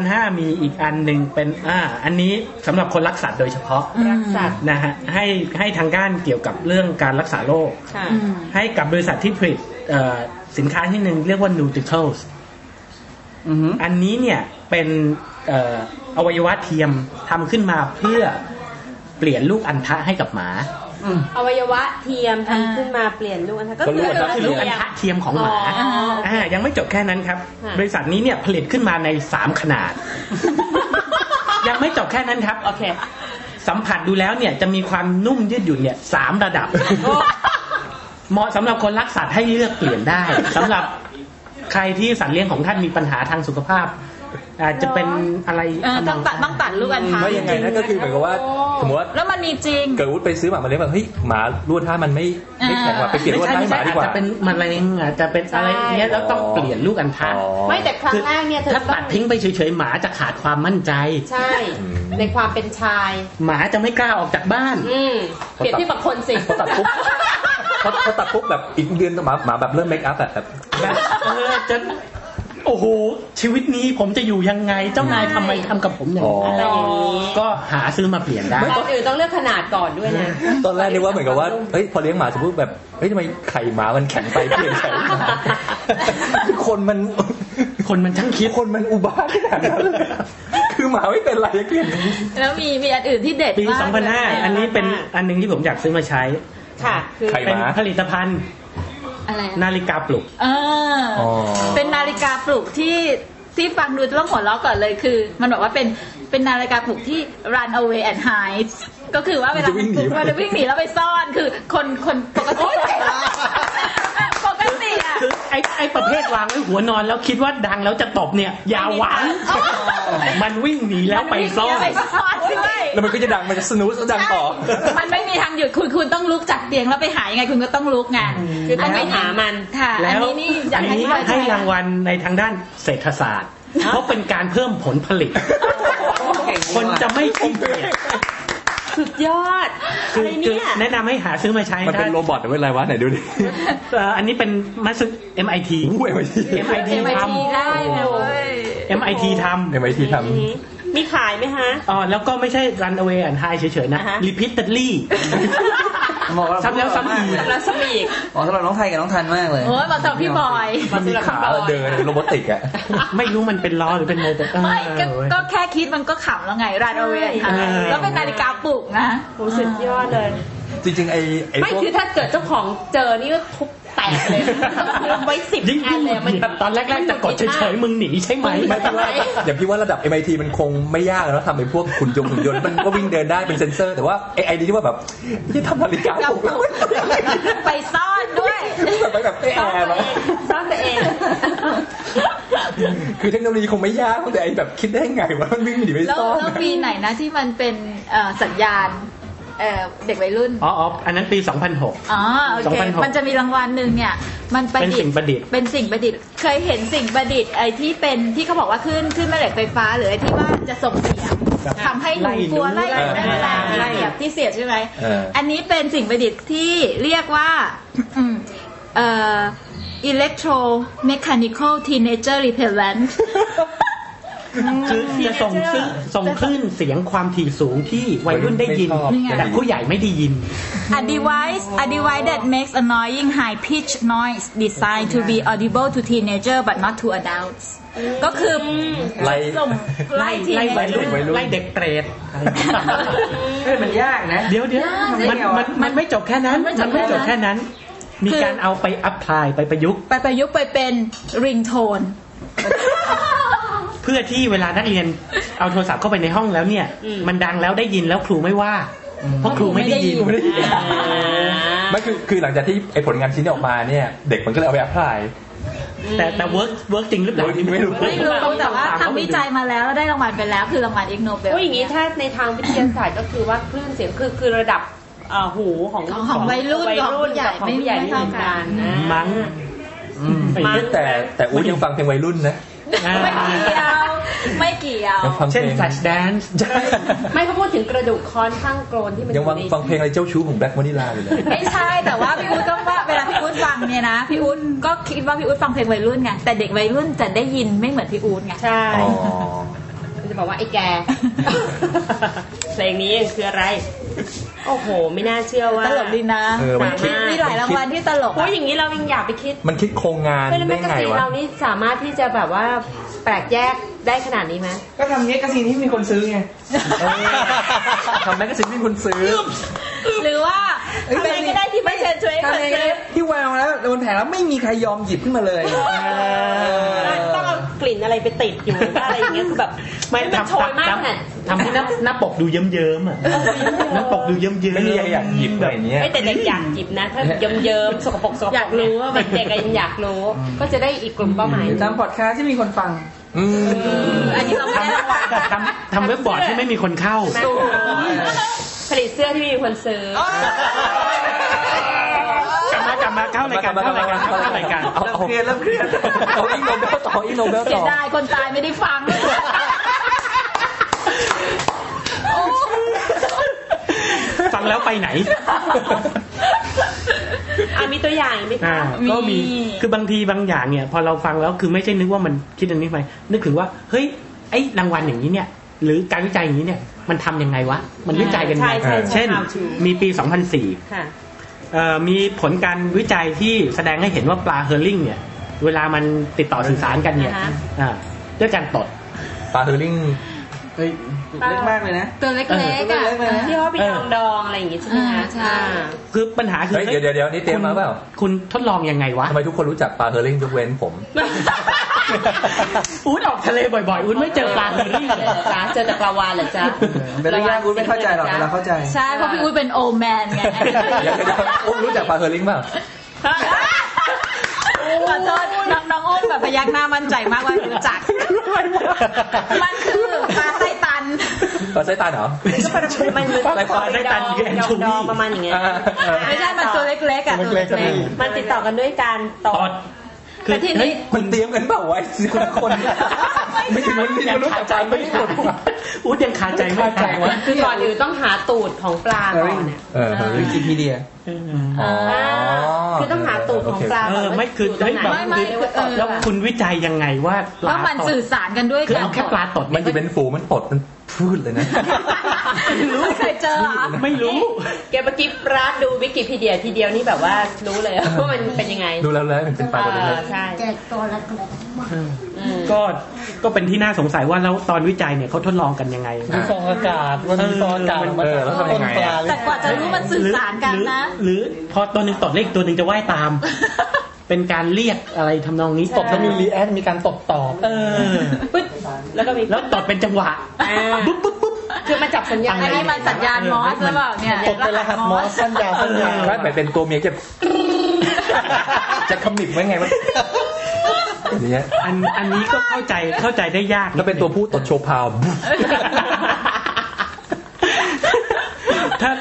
Speaker 4: 2005 มีอีกอันหนึ่งเป็นอ่าอันนี้สำหรับคนรักสัตว์โดยเฉพาะ
Speaker 6: รักสัตว์
Speaker 4: นะฮะให้ให้ทางด้านเกี่ยวกับเรื่องการรักษาโรค
Speaker 6: ค่ะ
Speaker 2: อืม
Speaker 4: ให้กับบริษัทที่ผลิตเอ่อสินค้าที่หนึ่งเรียกว่า Nutricals
Speaker 5: อือหือ
Speaker 4: อันนี้เนี่ยเป็นเอ่ออวัยวะเทียมทำขึ้นมาเพื่อเปลี่ยนลูกอัณฑะให้กับหมา
Speaker 6: อวัยวะเทียมทำขึ้นมาเปลี่ยนลูกอันทะก็
Speaker 3: ก็
Speaker 6: คือ
Speaker 3: รู้ว่า
Speaker 4: ก็คือลูกอัณฑะเทียมของหมา
Speaker 6: อ๋อ
Speaker 4: ่ายังไม่จบแค่นั้นครับ
Speaker 6: ค่ะ
Speaker 4: บริษัทนี้เนี่ยผลิตขึ้นมาใน 3 ขนาด ยังไม่จบแค่นั้นครับ
Speaker 6: โอเค
Speaker 4: สัมผัสดูแล้วเนี่ยจะมีความนุ่มยืดหยุ่นเนี่ยสามระดับ เหมาะสำหรับคนรักสัตว์ให้เลือกเปลี่ยนได้สำหรับใครที่สัตว์เลี้ยงของท่านมีปัญหาทางสุขภาพ อาจจะเป็นอะไร
Speaker 2: เออต้องตัดต้องตัดลูกอันพา
Speaker 3: ว่ายังไงนะก็คือหมายความว่าสมมติว่า
Speaker 2: แล้วมันมีจริง
Speaker 3: เกิดวุฒิไปซื้อหมามาเลี้ยงแบบเฮ้ยหมารูดท่ามันไม่ไม่แข็งว่ะไปเปลี่ยน
Speaker 4: ไม่
Speaker 3: รูด
Speaker 4: ใช่
Speaker 3: ท่า
Speaker 4: ไม่
Speaker 3: ให้ห
Speaker 4: ใช่
Speaker 3: มาดี
Speaker 4: อาจ
Speaker 3: กว่า
Speaker 4: จะเป็นมะเร็งอาจจะเป็นอะไรอย่างเงี้ยแล้วต้องเปลี่ยนลูกอัณฑะ
Speaker 3: อ๋อ
Speaker 6: ไม่แต่ครั้งแรกเนี่ยเธอ
Speaker 4: ถ้า
Speaker 6: ต้
Speaker 4: ตั
Speaker 6: อ
Speaker 4: ด
Speaker 6: ง
Speaker 4: ทิ้งไปเฉยๆหมาจะขาดความมั่นใจ
Speaker 6: ใช่
Speaker 3: อืม
Speaker 6: ในความเป็นชาย
Speaker 4: หมาจะไม่กล้าออกจากบ้าน
Speaker 6: อืมเปรียบเที่กับคนสิ
Speaker 3: พอตัดปุ๊บพอพอตัดปุ๊บแบบอีกเดือนหมาหมาแบบเริ่มเมคอัพอะแบบ
Speaker 4: แบบเออจะโอ้โห ชีวิตนี้ผมจะอยู่ยังไง เจ้านายทำไมทำกับผมอย่างนี้
Speaker 3: อ๋ออ
Speaker 4: อะไรอย่างนี้ก็หาซื้อมาเปลี่ยนได้
Speaker 6: ก่อนอื่นต้องเลือกขนาดก่อนด้วยนะ
Speaker 3: ตอนแรกนึกว่าเหมือนกับว่าเฮ้ยพอเลี้ยงหมาสมมติแบบเฮ้ยทำไมไข่หมามันแข็งไปเปลี่ยน <laughs> ไข่หมาคือคนมัน
Speaker 4: คนมันช่างคิด
Speaker 3: คนมันอุบาทขนาดนั้นเลยคือหมาไม่เป็นไรก็เปลี่ยน
Speaker 2: แล้วมีมีอันอื่นที่เด็ด
Speaker 4: ปี
Speaker 2: มากเลยะ
Speaker 4: 2005 อันนี้เป็นอันหนึงที่ผมอยากซื้อมาใช้
Speaker 6: ค่ะ คือ
Speaker 3: ไข่หมา
Speaker 4: เป็นผลิตภัณฑ์
Speaker 2: อะไรอะ
Speaker 4: นาฬิกาปลุก
Speaker 2: เอออ
Speaker 3: อ
Speaker 2: เป็นนาฬิกาปลุกที่ที่ฟังดูต้องหัวเราะก่อนเลยคือ มันบอกว่าเป็นเป็นนาฬิกาปลุกที่ run away and hide ก็คือว่าเวลามันปลุกมันจะวิ่งหนีแล้วไปซ่อนคือคนคนปกติ <laughs> ปกติอ่ะ
Speaker 4: คือไอ้ไอ้ประเภทวางไว้หัวนอนแล้วคิดว่าดังแล้วจะตบเนี่ย อย่าหวัง มันวิ่งหนีแล้วไปซ่อ
Speaker 2: มัน วิ่งหไปซ่อนด้วย
Speaker 3: แล้วมันก็จะดังมันจะสนุสดังต่อ
Speaker 2: ใช่มันไม่มีทางหยุดคุณคุณต้องลุกจากเตียงแล้วไปหายังไงคุณก็ต้องลุกไง
Speaker 6: คือต้องไปหามัน
Speaker 2: ค่ะ
Speaker 4: แล้
Speaker 2: อัน
Speaker 4: ว
Speaker 2: นี้นี่อยากให้
Speaker 4: นี้
Speaker 2: ช่วย
Speaker 4: ให้
Speaker 2: ใช้
Speaker 4: รางวัลในทางด้านเศรษฐศาสตร์ เพราะเป็นการเพิ่มผลผลิต คนจะไม่ขี้เกียจ
Speaker 6: สุดยอด
Speaker 4: คื
Speaker 6: อะไร
Speaker 4: คือ
Speaker 6: เนี่ย
Speaker 4: แนะนำให้หาซื้อมาใช้
Speaker 3: มันเป็น
Speaker 4: ถ้า
Speaker 3: โรบอทหรือเป็นอะไรวะไหนดูดิ
Speaker 4: เอ่ออันนี้เป็นมัส MIT
Speaker 3: อู้เอ็มไอที
Speaker 4: MIT
Speaker 2: เอ็มไอ
Speaker 4: ท
Speaker 2: ทีได้นะเว้ย
Speaker 4: ำ MIT ท
Speaker 3: เอ็มไอทีทำ
Speaker 6: มีขายไหมฮะ
Speaker 4: ำอ๋อแล้วก็ไม่ใช่ run away and hide เฉยๆนะ
Speaker 6: อ่าฮะ
Speaker 4: repeatedly
Speaker 5: บอกา
Speaker 4: ซ้ำแล้วซ้ำอีก
Speaker 6: แล้วสมีก
Speaker 5: บอกสำหรับน้องไทยกับน้องทันมากเลย
Speaker 2: โอ้ยบอกสำหรับพี่บอย
Speaker 3: มันมีขาเดินโรบอติกอะ
Speaker 4: ไม่รู้มันเป็นล้อหรือเป็นโมเดลเออ
Speaker 2: ไม่ก็
Speaker 4: เว้ย
Speaker 2: ก็แค่คิดมันก็ขำแล้วไงรานเอาเว
Speaker 6: ใช่
Speaker 2: แล้วเป็นนาฬิกาปลุก
Speaker 4: <laughs>
Speaker 2: นะ
Speaker 6: โหสุดยอดเลย
Speaker 3: จริงๆ ไอ้ไอ้
Speaker 6: ไม่
Speaker 3: พวก
Speaker 6: คือถ้าเกิดเจ้าของเจอนี่ก็ทุบแตกเลยทุบไว้สิบ
Speaker 4: ยิ่ง
Speaker 6: อันเลย
Speaker 4: มันตอนแรกๆจะกดเฉยๆมึงหนีใช่ไหม
Speaker 3: ไม่เป็นไรอย่างพี่ว่าระดับ MIT มันคงไม่ยากแล้วทำเป็นพวกขุนยนต์ขุนยนต์มันก็วิ่งเดินได้เป็นเซนเซอร์ แต่ว่าไอ้ไอเดียที่ว่าแบบที่ทำนาฬิกาปลุกแล้ว
Speaker 2: ไปซ่อนด้วย
Speaker 3: แบบไปแบบแอบ
Speaker 6: ซ่อนตั
Speaker 3: อะ
Speaker 6: วเองซ่อนตัวเอง
Speaker 3: คือเทคโนโลยีคงไม่ยากแต่ไอ้แบบคิดได้ไงว่ามันวิ่งหนีไป
Speaker 2: แล้ว
Speaker 3: ซ่อน
Speaker 2: แล้วปีไหนนะที่มันเป็นเอ่อสัญญาณเอ่อเด็กวัยรุ่น
Speaker 4: อ๋ออ๋ออันนั้นปี 2006
Speaker 2: อ๋อโอเค
Speaker 4: 2006
Speaker 2: มันจะมีรางวัลหนึ่งเนี่ย มันประ
Speaker 4: เป็น
Speaker 2: ดิษ
Speaker 4: สิ่ง
Speaker 2: ฐ์
Speaker 4: ประดิษฐ์
Speaker 2: เป็นสิ่งประดิษฐ์เคยเห็นสิ่งประดิษฐ์ไอ้ที่เป็นที่เขาบอกว่าขึ้นขึ้นแม่เหล็กไฟฟ้าหรือไอ้ที่ว่าจะส่งเสียงทำให้หนูกลัวไล่ไล่แรงไล่แบบที่เสียบใช่ไหม
Speaker 3: เออ
Speaker 2: อันนี้เป็นสิ่งประดิษฐ์ที่เรียกว่าเอ่อ electromechanical teenager repellent
Speaker 4: คือจะส่งซึ่งส่งคลื่นเสียงความถี่สูงที่วัยรุ่นได้ยิน
Speaker 3: วัยรุ่นไม่ชอบ
Speaker 4: แต่ผู้ใหญ่ไม่ได้ยิน
Speaker 2: a device a device that makes annoying high pitch noise designed to be audible to teenager but not to adults ก็คือ
Speaker 3: ไล่
Speaker 2: ส่งไล่ที
Speaker 4: ไล่
Speaker 2: เน
Speaker 4: วัย
Speaker 2: เจอ
Speaker 4: รุ่น
Speaker 2: ร์
Speaker 4: ไล่เด็กเปรต
Speaker 5: เอ้ยมันยากนะ
Speaker 4: เดี๋ยวเดี๋ยวมันมันมันไม่จบแค่นั้น มันไม่จบแค่นั้น มี
Speaker 2: คือ
Speaker 4: การเอาไปอัพพลายไปประยุกต์
Speaker 2: ไปประยุกต์ไปเป็นริงโทน
Speaker 4: เพื่อที่เวลานักเรียนเอาโทรศัพท์เข้าไปในห้องแล้วเนี่ย
Speaker 6: อืม
Speaker 4: มันดังแล้วได้ยินแล้วครูไม่ว่า เพราะครูไม่ได้ยิน
Speaker 3: ไม่คือคือหลังจากที่ไอ้ผลงานชิ้นนี้ออกมาเนี่ย เด็กมันก็เลยเอาไปอัพพลาย
Speaker 4: แต่แต่เวิร์กเวิร์กจริงหรือเปล่า
Speaker 3: เวิร์กจริงไม่รู้
Speaker 2: ไม่รู้แต่ว่าทำวิจัยมาแล้วแล้วได้รางวัลไปแล้วคือรางวัลอิกโนเบล
Speaker 6: ก็อย่างนี้ถ้าในทางวิทยาศาสตร์ก็คือว่าคลื่นเสียงคือคือระดับอ่าหูของ
Speaker 2: ของของวัยรุ่น
Speaker 6: วัยรุ่นกับของผู้ใหญ่
Speaker 2: ไม่
Speaker 6: ไม่
Speaker 2: เท่า
Speaker 6: เท่า
Speaker 2: กั
Speaker 6: กัน นนะ
Speaker 4: มั้ง
Speaker 3: ไอ้เหี้ยแต่แต่อู๊ดยังฟังเพลงวัยรุ่นนะ
Speaker 4: อ่า
Speaker 2: ไม่เกี่ยวไม่เกี่ยว
Speaker 3: ยังฟังเพล
Speaker 4: เช่น
Speaker 3: ง
Speaker 4: Flash Dance
Speaker 6: ไม่เขาพูดถึงกระดูกค้อนข้างโกรนที่มันอ
Speaker 3: ยัง
Speaker 6: ยู่
Speaker 3: ฟัง
Speaker 6: ใน
Speaker 3: ฟังเพลงอะไรเจ้าชู้ของแบล็กวานิลาอยู่เลย
Speaker 2: ไม่ใช่แต่ว่าพี่อุ๊ดต้องว่าเวลาพี่อุ๊ดฟังเนี่ยนะพี่อุ๊ดก็คิดว่าพี่อุ๊ดฟังเพลงวัยรุ่นไงแต่เด็กวัยรุ่นจะได้ยินไม่เหมือนพี่อุ๊ดไง
Speaker 6: ใช่
Speaker 3: อ๋อ
Speaker 6: มันจะบอกว่าไอ้แก เพลงนี้ยังคืออะไร โอ้โห ไม่น่าเชื่อว่า
Speaker 2: ตลกดีนะ
Speaker 3: เออมันคิด
Speaker 2: มีหลายรางวัลที่ตลก
Speaker 6: โอ้ย
Speaker 2: อะ
Speaker 6: อย่างนี้เรายังอยากไปคิด
Speaker 3: มันคิดโครงงาน
Speaker 6: เป็นแม
Speaker 3: ได้
Speaker 6: กกา
Speaker 3: ไง
Speaker 6: ซีน
Speaker 3: วะ
Speaker 6: เรานี่สามารถที่จะแบบว่าแปลกแยกได้ขนาดนี้ไหม
Speaker 5: ก็ทำเนี้ยกระสีที่มีคนซื้อไง
Speaker 3: เออทำแมกกาซีนที่คุณซื้อ
Speaker 2: หรือว่า
Speaker 5: เอ้ย
Speaker 2: ทำอะไรก็ได้ที่ไม่เชิญชวนให้
Speaker 5: ทำ
Speaker 2: เกิด
Speaker 5: อะไร
Speaker 2: เซฟ
Speaker 5: ที่วางแล้วโดนแผลแล้วไม่มีใครยอมหยิบขึ้นมาเลย
Speaker 6: ต้องเอากลิ่นอะไรไปติดอยู่หรือว่าอะไรอย่างเงี้ยคือแบบ
Speaker 4: ไม่
Speaker 6: นโช
Speaker 4: ทำ
Speaker 6: ยมาก
Speaker 4: ทำ
Speaker 6: น่ะ
Speaker 4: ทำทำให้หน้าหน้าปกดูเยิ้มๆอ่ะหน้าปกดูเยิ้มๆ
Speaker 3: ไม่มีใครอยากหยิบอะไรอย่างเงี้ย
Speaker 6: ไม่แต่เด็กอยากหยิบนะ ถ้าเยิ้มเยิมๆสกปรกสกปรก
Speaker 2: อยากรู้ว่ามัน
Speaker 6: เด็กก็ยังอยากรู้ ก็จะได้อีกกลุ่มเป้าหมาย
Speaker 5: เดี๋ยวทำพอดคาสต์ที่มีคนฟัง
Speaker 3: อืม
Speaker 2: อันนี้เราไม่ได้รางวัล
Speaker 4: ทำทำเว็บบอร์ดที่ไม่มีคนเข้า
Speaker 6: ผลิตเสื้อที่ไมมีคนซื้อ
Speaker 4: กลับมากลับมาเข้ารายการเข้ารายการเข้ารายการ
Speaker 3: เอาเอา
Speaker 5: เครียดแล้วเครียด
Speaker 3: เอาอีโนเบลต่ออีโนเบล
Speaker 2: เสี
Speaker 3: ต่
Speaker 2: ย
Speaker 3: อ
Speaker 2: ดายคนตายไม่ได้ฟัง
Speaker 4: ฟังแล้วไปไหน
Speaker 6: <laughs> อ่ะมีตัวอย่างอีกไหม
Speaker 4: อ่า
Speaker 6: คะ
Speaker 4: ก็
Speaker 2: มี
Speaker 4: มีคือบางทีบางอย่างเนี่ย พอเราฟังแล้วคือไม่ใช่นึกว่ามันคิดอันนี้ไปนึกถึงว่าเฮ้ยไอ้รางวัลอย่างนี้เนี่ย หรือการวิจัยอย่างนี้เนี่ย มันทำยังไงวะ มันวิจัยกันยังไง
Speaker 6: ใช่ใช่ใช่
Speaker 4: เช่น
Speaker 6: how to
Speaker 4: มีปี 2004
Speaker 6: ค่ะ
Speaker 4: เอ่อมีผลการวิจัยที่แสดงให้เห็นว่าปลาเฮอร์ลิงเนี่ย เวลามันติดต่อสื่อสารกันเนี่ย
Speaker 6: อ่าฮะ
Speaker 4: อ่าด้วยการตด
Speaker 3: ปลาเฮอร์ริ่ง
Speaker 5: เฮ้ยเล็กมากเลยนะ
Speaker 2: ตัวเล็กๆอ่ะ
Speaker 5: เออ
Speaker 6: ที่ว่าไป
Speaker 4: เอ
Speaker 6: ด
Speaker 4: อ
Speaker 6: องดองๆอะไรอย่างงี้ใช่ไหม
Speaker 2: อ่า
Speaker 6: คะ
Speaker 2: ใช่
Speaker 6: อ่า
Speaker 4: คือปัญหาคือ
Speaker 3: เฮ้ยเดี๋ยวเดี๋ยวเดี๋ยวนี่เตรียมมาเปล่า
Speaker 4: คุณทดลองยังไงวะ
Speaker 3: <laughs> ทำไมทุกคนรู้จักปลาเฮอร์ริ่งยกเว้นผม
Speaker 4: อูดออกทะเลบ่อยๆอูดไม่เจอปลาเฮอร์ลิงเลย
Speaker 6: จ้าเจอแต่ปลาวานเหรอจ้า
Speaker 5: เป็นเรื่องยากคุณไม่เข้าใจหรอกแต่เราเข้าใจ
Speaker 2: ใช่เพราะพี่อุ้ยเป็นโอแมนไง
Speaker 3: เดี๋ยวเดี๋ยวเดี๋ยวอุ้มรู้จักปลาเฮอร์ริ่งเปล่า
Speaker 2: ขอโทษน้องน้องอ้นแบบพยักหน้ามั่นใจมากว่ารู้จัก มันคือปลาไส้ตัน
Speaker 3: ปลาไส้ตาลเหรอ
Speaker 6: มันมัน
Speaker 4: ปลาปลาได้ตันเย็น
Speaker 6: ดอ
Speaker 4: ชู
Speaker 6: ง
Speaker 4: นี่
Speaker 6: ดองๆประมาณอย่างเงี้ย
Speaker 3: อ่า
Speaker 2: ไม่ใช่มันตัวเล็กๆอ่ะตัวเล็ก
Speaker 7: ตัวเล็ก
Speaker 2: ๆ
Speaker 6: มันติดต่อกันด้วยการต
Speaker 4: ต
Speaker 6: อ
Speaker 4: อ
Speaker 6: ด
Speaker 4: ดคือ
Speaker 2: แต่ทีนี้
Speaker 4: เฮ้ย
Speaker 3: มันเตรียมกันเปล่าวะไอ้คนละคนเนี่ยไม่ถึงมันที่มันรู้จักปลาไม่หมดวะ
Speaker 4: อู๊ดยังคาใจไม่
Speaker 3: คาใจวะ
Speaker 6: คือก่อนอื่นต้องหาตูดของปลาก่อนเนี่ย
Speaker 3: เออเฮอร์
Speaker 5: วิ
Speaker 3: ริ่ง
Speaker 5: กิพีเดีย
Speaker 3: อ๋อ
Speaker 6: อ่าคือต้องหาตูดของปลา
Speaker 4: เอ
Speaker 6: ก่อน
Speaker 4: อไม่คือ
Speaker 6: ว่า
Speaker 4: เฮ้ย
Speaker 6: ยู่
Speaker 2: ไม่ไม่
Speaker 4: แบบ
Speaker 6: ตรงหนด้ว่าตอด
Speaker 2: เออ
Speaker 4: แล้วคุณวิจัยยังไงว่าปลา
Speaker 2: ว่ามัน
Speaker 4: ตด
Speaker 2: สื่อสารกันด้วย
Speaker 4: คือ
Speaker 2: การ
Speaker 4: เอาแค่ปลาตด
Speaker 3: มันจะเป็นฝูงมันตดมันพืชเลยนะ
Speaker 2: รู้เคยเจอเหรอ
Speaker 4: ไม่รู้
Speaker 6: แกเมื่อกี้ร้านดูวิกิพีเดียทีเดียวนี่แบบว่ารู้เลย <laughs> ว่ามันเป็นยังไง
Speaker 3: ดูแล้วแล้วมันเป็นปลาตัว
Speaker 6: เอ
Speaker 3: เล็
Speaker 6: อกใช่
Speaker 8: แจกตัวละกลุ่ม
Speaker 6: อืม
Speaker 4: ก็ก็เป็นที่น่าสงสัยว่าแล้วตอนวิจัยเนี่ยเขาทดลองกันยังไง
Speaker 7: มีฟองอากาศ มันมีฟองอากาศ
Speaker 4: เออ
Speaker 7: มา
Speaker 3: เออแล้วทำยังไง
Speaker 7: ปลา
Speaker 3: อะ
Speaker 7: เลย
Speaker 2: แต่กว่าจะรู้มันสื่อสารกันนะ
Speaker 4: หรือหรือพอตัวหนึ่งตดเลขตัวหนึ่งจะว่ายตาม เป็นการเรียกอะไรทำนองนี้
Speaker 7: ต
Speaker 4: ต
Speaker 7: บบ แล้
Speaker 4: แล้
Speaker 7: มี
Speaker 4: ว วมี
Speaker 7: รีแอคมีการตบตอบ
Speaker 4: เออ
Speaker 6: ปึ๊ดแล้วก็มี
Speaker 4: แล้วตดเป็นจังหวะ
Speaker 6: อ่า
Speaker 4: ปุ๊บปุ๊บปุ๊บ
Speaker 6: คือมันจับสัญญาณ
Speaker 2: อันนี้มันสัญญาณมอสหรือเปล่าเนี่ย
Speaker 7: ตบเป็นรหัสมอสสั้นยาวสั้นยาว
Speaker 3: ถ้าแบบเป็นตัวเมียจะ จะคำหนิบไว้ไงมันอย่างเงี้ย
Speaker 4: อันอันนี้ก็เข้าใจเข้าใจได้ยาก
Speaker 3: ถ้าเป็นตัวผู้ตดโชว์พาว
Speaker 4: ถ้า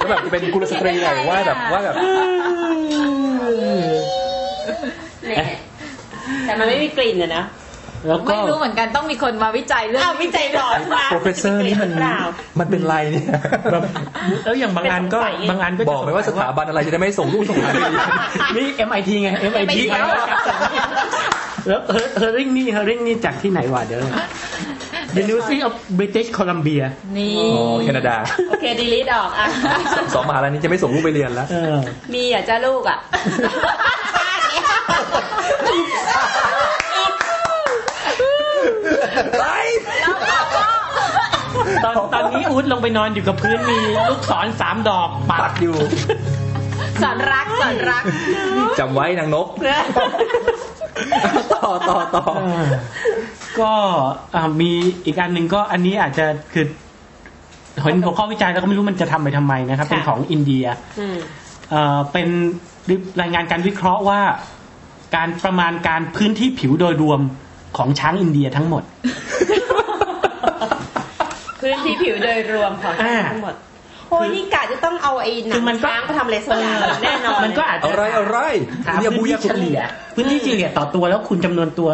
Speaker 3: ก็แบบเป็นกุลสตรีหน่อยว่าแบบว่าแบบ
Speaker 6: เนี่ยแต่มันไม่มีกลิ่นอะนะ
Speaker 4: <laughs> แล้วก็
Speaker 2: ไม่รู้เหมือนกันต้องมีคนมาวิจัยเรื่อ
Speaker 6: อ้าง ววิจัยหลอดมา
Speaker 3: โปรเฟสเซอร์นี่มัน
Speaker 6: เปล่า
Speaker 3: มันเป็นไรเนี่ย
Speaker 4: แบบแล้วอย่างบางอันก็
Speaker 6: เป็นสงสัย
Speaker 4: บางอันก็จะ
Speaker 3: บอกไหมว่าสถาบันอะไรจะได้ไม่ส่งลูกส่งหลานไปเรียน
Speaker 4: นี่ MIT ไง MIT
Speaker 6: แล้ว
Speaker 4: แล้วเฮอร์เฮอร์ริงนี่เฮอร์ริงนี่จากที่ไหนวะเดี๋ยว The University of British Columbia
Speaker 2: นี่
Speaker 3: โอ้แคนาดา
Speaker 6: โอเคดีลิทออก
Speaker 3: <laughs>
Speaker 6: อ่ะ
Speaker 3: สองมหาลัยนี้จะไม่ส่งลูกไปเรียนแล้ว
Speaker 4: เออ
Speaker 6: มีอ่ะจ้าลูก
Speaker 3: <laughs>
Speaker 6: อ่ะ
Speaker 4: ตอน <laughs> ตอนนี้อู๊ดลงไปนอนอยู่กับพื้นมีลูกศรสามดอกปั
Speaker 3: ปั
Speaker 4: ก
Speaker 3: กอยู่
Speaker 2: สอนรักสอนรัก
Speaker 3: จำไว้นางนก <laughs> ต่อต่อต่อ
Speaker 4: เออก็อ่ามีอีกอันหนึ่งก็อันนี้อาจจะคือเห็นหัวข้อวิจัยแล้วก็ไม่รู้มันจะทำไปทำไมนะครับ เป็นของอินเดีย
Speaker 6: อืม
Speaker 4: เอ่อเป็นรายงานการวิเคราะห์ว่า การประมาณการพื้นที่ผิวโดยรวมของช้างอินเดียทั้งหมด
Speaker 6: พื้นที่ผิวโดยรวมของ
Speaker 4: อ่า
Speaker 6: ทั้งหมดโอ้ยนี่กะจะต้องเอาไอ้หนั
Speaker 4: คื
Speaker 6: ง
Speaker 4: อมันก็
Speaker 6: ช้างไปทำเลเซอร์หนังแน่นอน
Speaker 4: มันก็อาจจะ
Speaker 3: อะไรอะไร
Speaker 4: หา
Speaker 3: เนี่ย
Speaker 4: พื้
Speaker 3: บู
Speaker 4: นที่
Speaker 3: ยาคุ
Speaker 4: เฉลี่ย พื้นที่เฉลี่ยต่อตัวแล้วคุณจำนวนตัว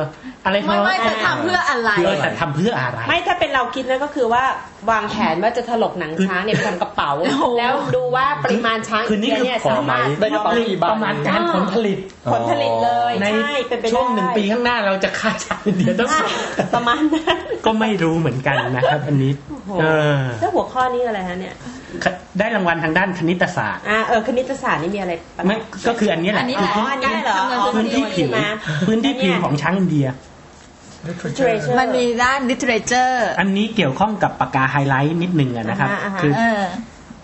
Speaker 4: อะไร
Speaker 2: ไม่ไม่จะทำเพื่ออะไร
Speaker 4: เออแต่ทำเพื่ออะไร
Speaker 6: ไม่ถ้าเป็นเราคิดนะก็คือว่าวางแผนว่าจะถลกหนังช้างเนี่ยไปทำกระเป๋า
Speaker 2: โอ้โห
Speaker 6: แล้วดูว่าปริมาณช้าง
Speaker 4: คือนี่คือ
Speaker 6: เดียเนี่ย
Speaker 4: ขอ
Speaker 6: สา
Speaker 4: ไหม
Speaker 6: มารถ
Speaker 7: ได้กระเป๋ากี่ใบ
Speaker 4: ประมาณการผลผลิต
Speaker 6: ผลผลิตเลย
Speaker 4: ใน
Speaker 6: ใช่เป็นไปได้
Speaker 4: ช่วงหนึ่งปีข้างหน้าเราจะฆ่าช้างอินเดียต้อง
Speaker 6: อ่ะประมาณนั้น
Speaker 4: ก็ไม่รู้เหมือนกันนะครับ อันนี้เออ
Speaker 6: แล้วหัวข้อนี้อะไรฮะเนี่ย
Speaker 4: ได้รางวัลทางด้านคณิตศาสตร์
Speaker 6: อ่าเออคณิตศาสตร์นี่มีอะไรปะ
Speaker 4: ไม่ก็คืออันนี้แห
Speaker 2: อั
Speaker 4: ละ
Speaker 2: นนี้แหละ
Speaker 6: อ๋ออันนี้เหรออ๋อ
Speaker 4: พื้นที่ผิว
Speaker 6: ใช่ไหม
Speaker 4: พื้นที่ผิวของช้างอินเดีย
Speaker 6: Treasure
Speaker 2: มันมีด้าน literature
Speaker 4: อันนี้เกี่ยวข้องกับปากกาไฮไลท์นิดนึงอะนะครับ
Speaker 6: อ่าฮะอ่าฮะ
Speaker 4: คือ
Speaker 2: เออ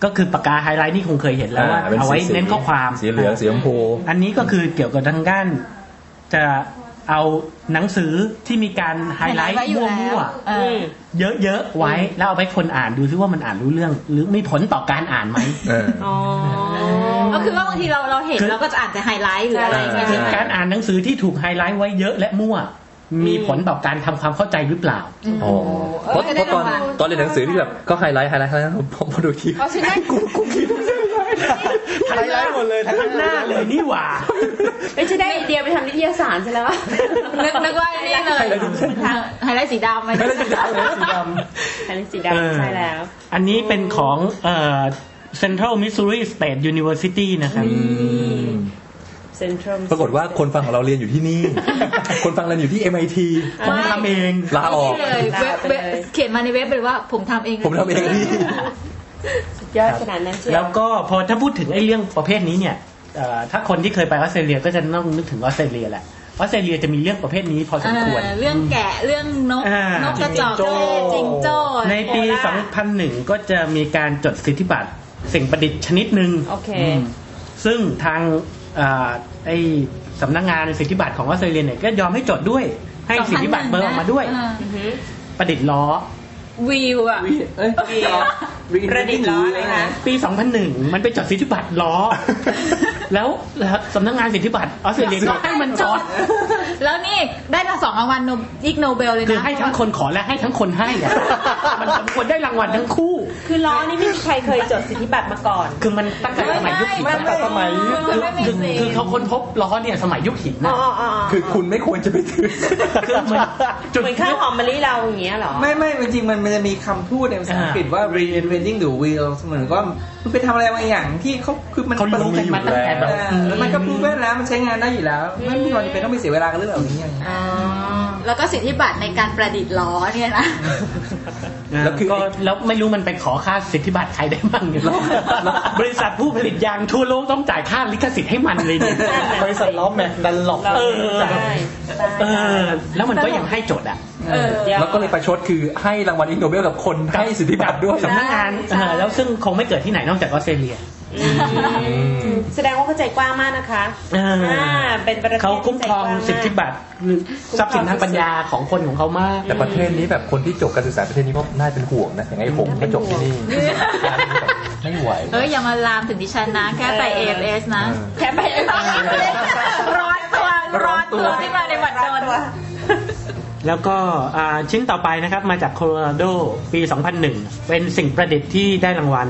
Speaker 4: ก็คือปากกาไฮไลท์นี่คงเคยเห็นแล้วว่าเอาไว้เน้นข้อความ
Speaker 3: สีเหลืองสีชมพู
Speaker 4: อันนี้ก็คือเกี่ยวกับทางด้าน จะเอาหนังสือที่มีการไฮไล
Speaker 2: ไฮไลท์
Speaker 4: ท์
Speaker 2: ไว้อยู่แล้ว
Speaker 4: มั่ว
Speaker 2: เออ
Speaker 6: อืม
Speaker 4: ๆเยอะๆไว้ แล้วเอาไปคนอ่านดูซิว่ามันอ่านรู้เรื่อง หรือมีผลต่อการอ่านไหม
Speaker 3: เออ
Speaker 6: อ๋อ
Speaker 2: เอ ก็คือว่าบางทีเราเราเห็น
Speaker 4: คือ
Speaker 2: เราก็จะอาจจะไฮไลท์หรืออะไรอย่างเงี้ย
Speaker 4: คือการอ่านหนังสือที่ถูกไฮไลท์ไว้เยอะและมั่ว มีผลต่อการทำความเข้าใจหรือเปล่า
Speaker 3: โอ้เพราะเพราะตอนตอนเรียนหนังสือที่แบบก็ไฮไลท์ไฮไลท์ไฮไลท์ผมพอดูที
Speaker 6: เพราะฉะนั้น
Speaker 3: กูกูคิดทุกเรื่อง
Speaker 5: ไฮไลท์หมดเลยทั้ง
Speaker 4: ข้างหน้าเลยนี่หว่า
Speaker 6: ไม่ใช่ได้ไอเดียไปทำนิตยสารซะแล้ว
Speaker 2: นึกนึกว่าไอ้นี่เลยไฮไลท์สีดำไหม
Speaker 3: ไฮไลท์สีดำ
Speaker 5: สีดำ
Speaker 6: อันนี้สี
Speaker 4: เออ
Speaker 6: ดำใช่แล้ว
Speaker 4: อันนี้เป็นของเอ่อ Central Missouri State University นะครับ
Speaker 6: เซ็นทรัล
Speaker 3: ปรากฏว่าคนฟังของเราเรียนอยู่ที่นี่ คนฟังเรียนอยู่ที่ MIT
Speaker 4: ผมทำเอง
Speaker 3: ลาออก
Speaker 2: นี่เลยเว็บเว็บเขียนมาในเว็บเลยว่าผมทำเอง
Speaker 3: ผมทำเองพี่
Speaker 6: ยอดขนาดนั้นเชียว
Speaker 4: แล้วก็พอถ้าพูดถึงไอ้เรื่องประเภทนี้เนี่ยเอ่อถ้าคนที่เคยไปออสเตรเลียก็จะต้องนึกถึงออสเตรเลียแหละออสเตรเลียจะมีเรื่องประเภทนี้พอสมควร
Speaker 2: เอ่อเรื่องแกะเรื่องนก
Speaker 4: อ่าน น
Speaker 2: กกระจอกเทศจิงโจ้
Speaker 4: ในปี
Speaker 2: โคอาลา
Speaker 4: 2001 ก็จะมีการจดสิทธิบัตรสิ่งประดิษฐ์ชนิดหนึ่ง
Speaker 6: โอเค
Speaker 4: มซึ่งทางเอ่อไอสำนักงานสิทธิบัตรของออสเตรเลียเนี่ยก็ยอมให้จดด้วย ให้สิทธิบัตรเบอร์ออกมาด้วย
Speaker 2: อ่
Speaker 6: อือหือ
Speaker 4: ประดิษฐ์ล้อ
Speaker 6: วิวอ่ะ
Speaker 5: วีเอ้ย
Speaker 6: วีเหรอ
Speaker 5: วี
Speaker 6: ประดิษฐ์ล้ออะไรนะ
Speaker 4: ปี 2001 มันไปจดสิทธิบัตรล้อ แล้วแล้วสำนักงานสิทธิบัตรออสเตรเลียก็ให้มันจด
Speaker 2: แล้วนี่ได้ละสองรางวัลโนอีกโนเบลเลยนะ
Speaker 4: คือให้ทั้งคนขอและให้ทั้งคนให้อะ มันสมควรได้รางวัลทั้งคู่
Speaker 6: คือล้อนี่ไม่มีใครเคยจดสิทธิบัตรมาก่อน
Speaker 4: คือมันตั้งแต่สมัยยุคหิน
Speaker 2: ไม่
Speaker 4: ตั้งแต่สมัย
Speaker 2: ไม่
Speaker 4: คือ
Speaker 2: ไม่ไม่
Speaker 4: คือ
Speaker 2: ไม่
Speaker 4: คือเขาค้นพบล้อเนี่ยสมัยยุคหิน
Speaker 6: อ๋
Speaker 4: นะ
Speaker 6: ออ๋อ
Speaker 3: คือคุณไม่ควรจะไปถือ
Speaker 4: คือเหมือนจุด
Speaker 6: เหมือนข้าวหอมมะลิเราอย่างเงี้ยเหรอ
Speaker 5: ไม่ไม่จริงๆมันมันจะมีคำพูดในภาษาอังกฤษว่า reinventing the wheel เหมือนว่ามันไปทำอะไรบางอย่างที่เขาคือมัน
Speaker 4: เขารู้กันมาตั้งแต่แบบ
Speaker 5: เออแล้วมันก็พูดไปแล้วมันใช้งานได้อยู่แล้ว ไม่มีความจำเป็นต้องไปเสียเวลากับเรื่องเหล่านี้อย่างเงี้ย
Speaker 2: อ๋อแล้วก็สิทธิบัตรในการประดิษฐ์ล้อเนี่ยนะ
Speaker 4: แล้
Speaker 3: แล้ว ว
Speaker 4: คื
Speaker 3: คือ อ
Speaker 4: แล้วไม่รู้มันไปขอค่าสิทธิบัตรใครได้บ้างเนี่ยบริษัทผู้ผลิตยางทั่วโลกต้องจ่ายค่าลิขสิทธิ์ให้มันเลยเนี่ย
Speaker 7: บริษัทล้อแม็กดันหลอก
Speaker 6: เรา
Speaker 4: เออ
Speaker 6: ได้
Speaker 4: เออ แล้วมันก็ยังให้จดอ่ะ
Speaker 6: เออเดี๋ยว
Speaker 3: แล้วก็เลยประชดคือให้รางวัลอิกโนเบลกับคนให้สิทธิบัตรด้วย
Speaker 4: สำนักงาน
Speaker 6: ใช่
Speaker 4: เออแล้วซึ่งคงไม่เกิดที่ไหนนอกจากออสเตรเลีย
Speaker 3: ม
Speaker 6: แสดงว่าเข้าใจกว้างมากนะคะ
Speaker 4: อ่า
Speaker 6: เป็นประเทศ
Speaker 4: เขาคุ้มครองสิทธิ
Speaker 6: ต
Speaker 4: บัตรหรือทรัพย์สินทางปัญญาของคนของเขามาก
Speaker 3: แต่ประเทศนี้แบบคนที่จบการศึกษาประเทศนี้ก็น่าเป็นห่วงนะ อย่างไอ้ผมก็จบที่นี่ ไม่ไหว
Speaker 2: เอ้ยอย่ามาลามถึงดิฉันนะ แค่ไป
Speaker 6: เออ
Speaker 2: AFS นะ
Speaker 3: เออ
Speaker 2: แค่ไป AFS ร้อนตัวร้อนตัวขึ้นมาในบัตรโดน
Speaker 4: แล้วก็อ่าชิ้นต่อไปนะครับมาจากโคโลราโดปี 2001 เป็นสิ่งประดิษฐ์ที่ได้รางวัล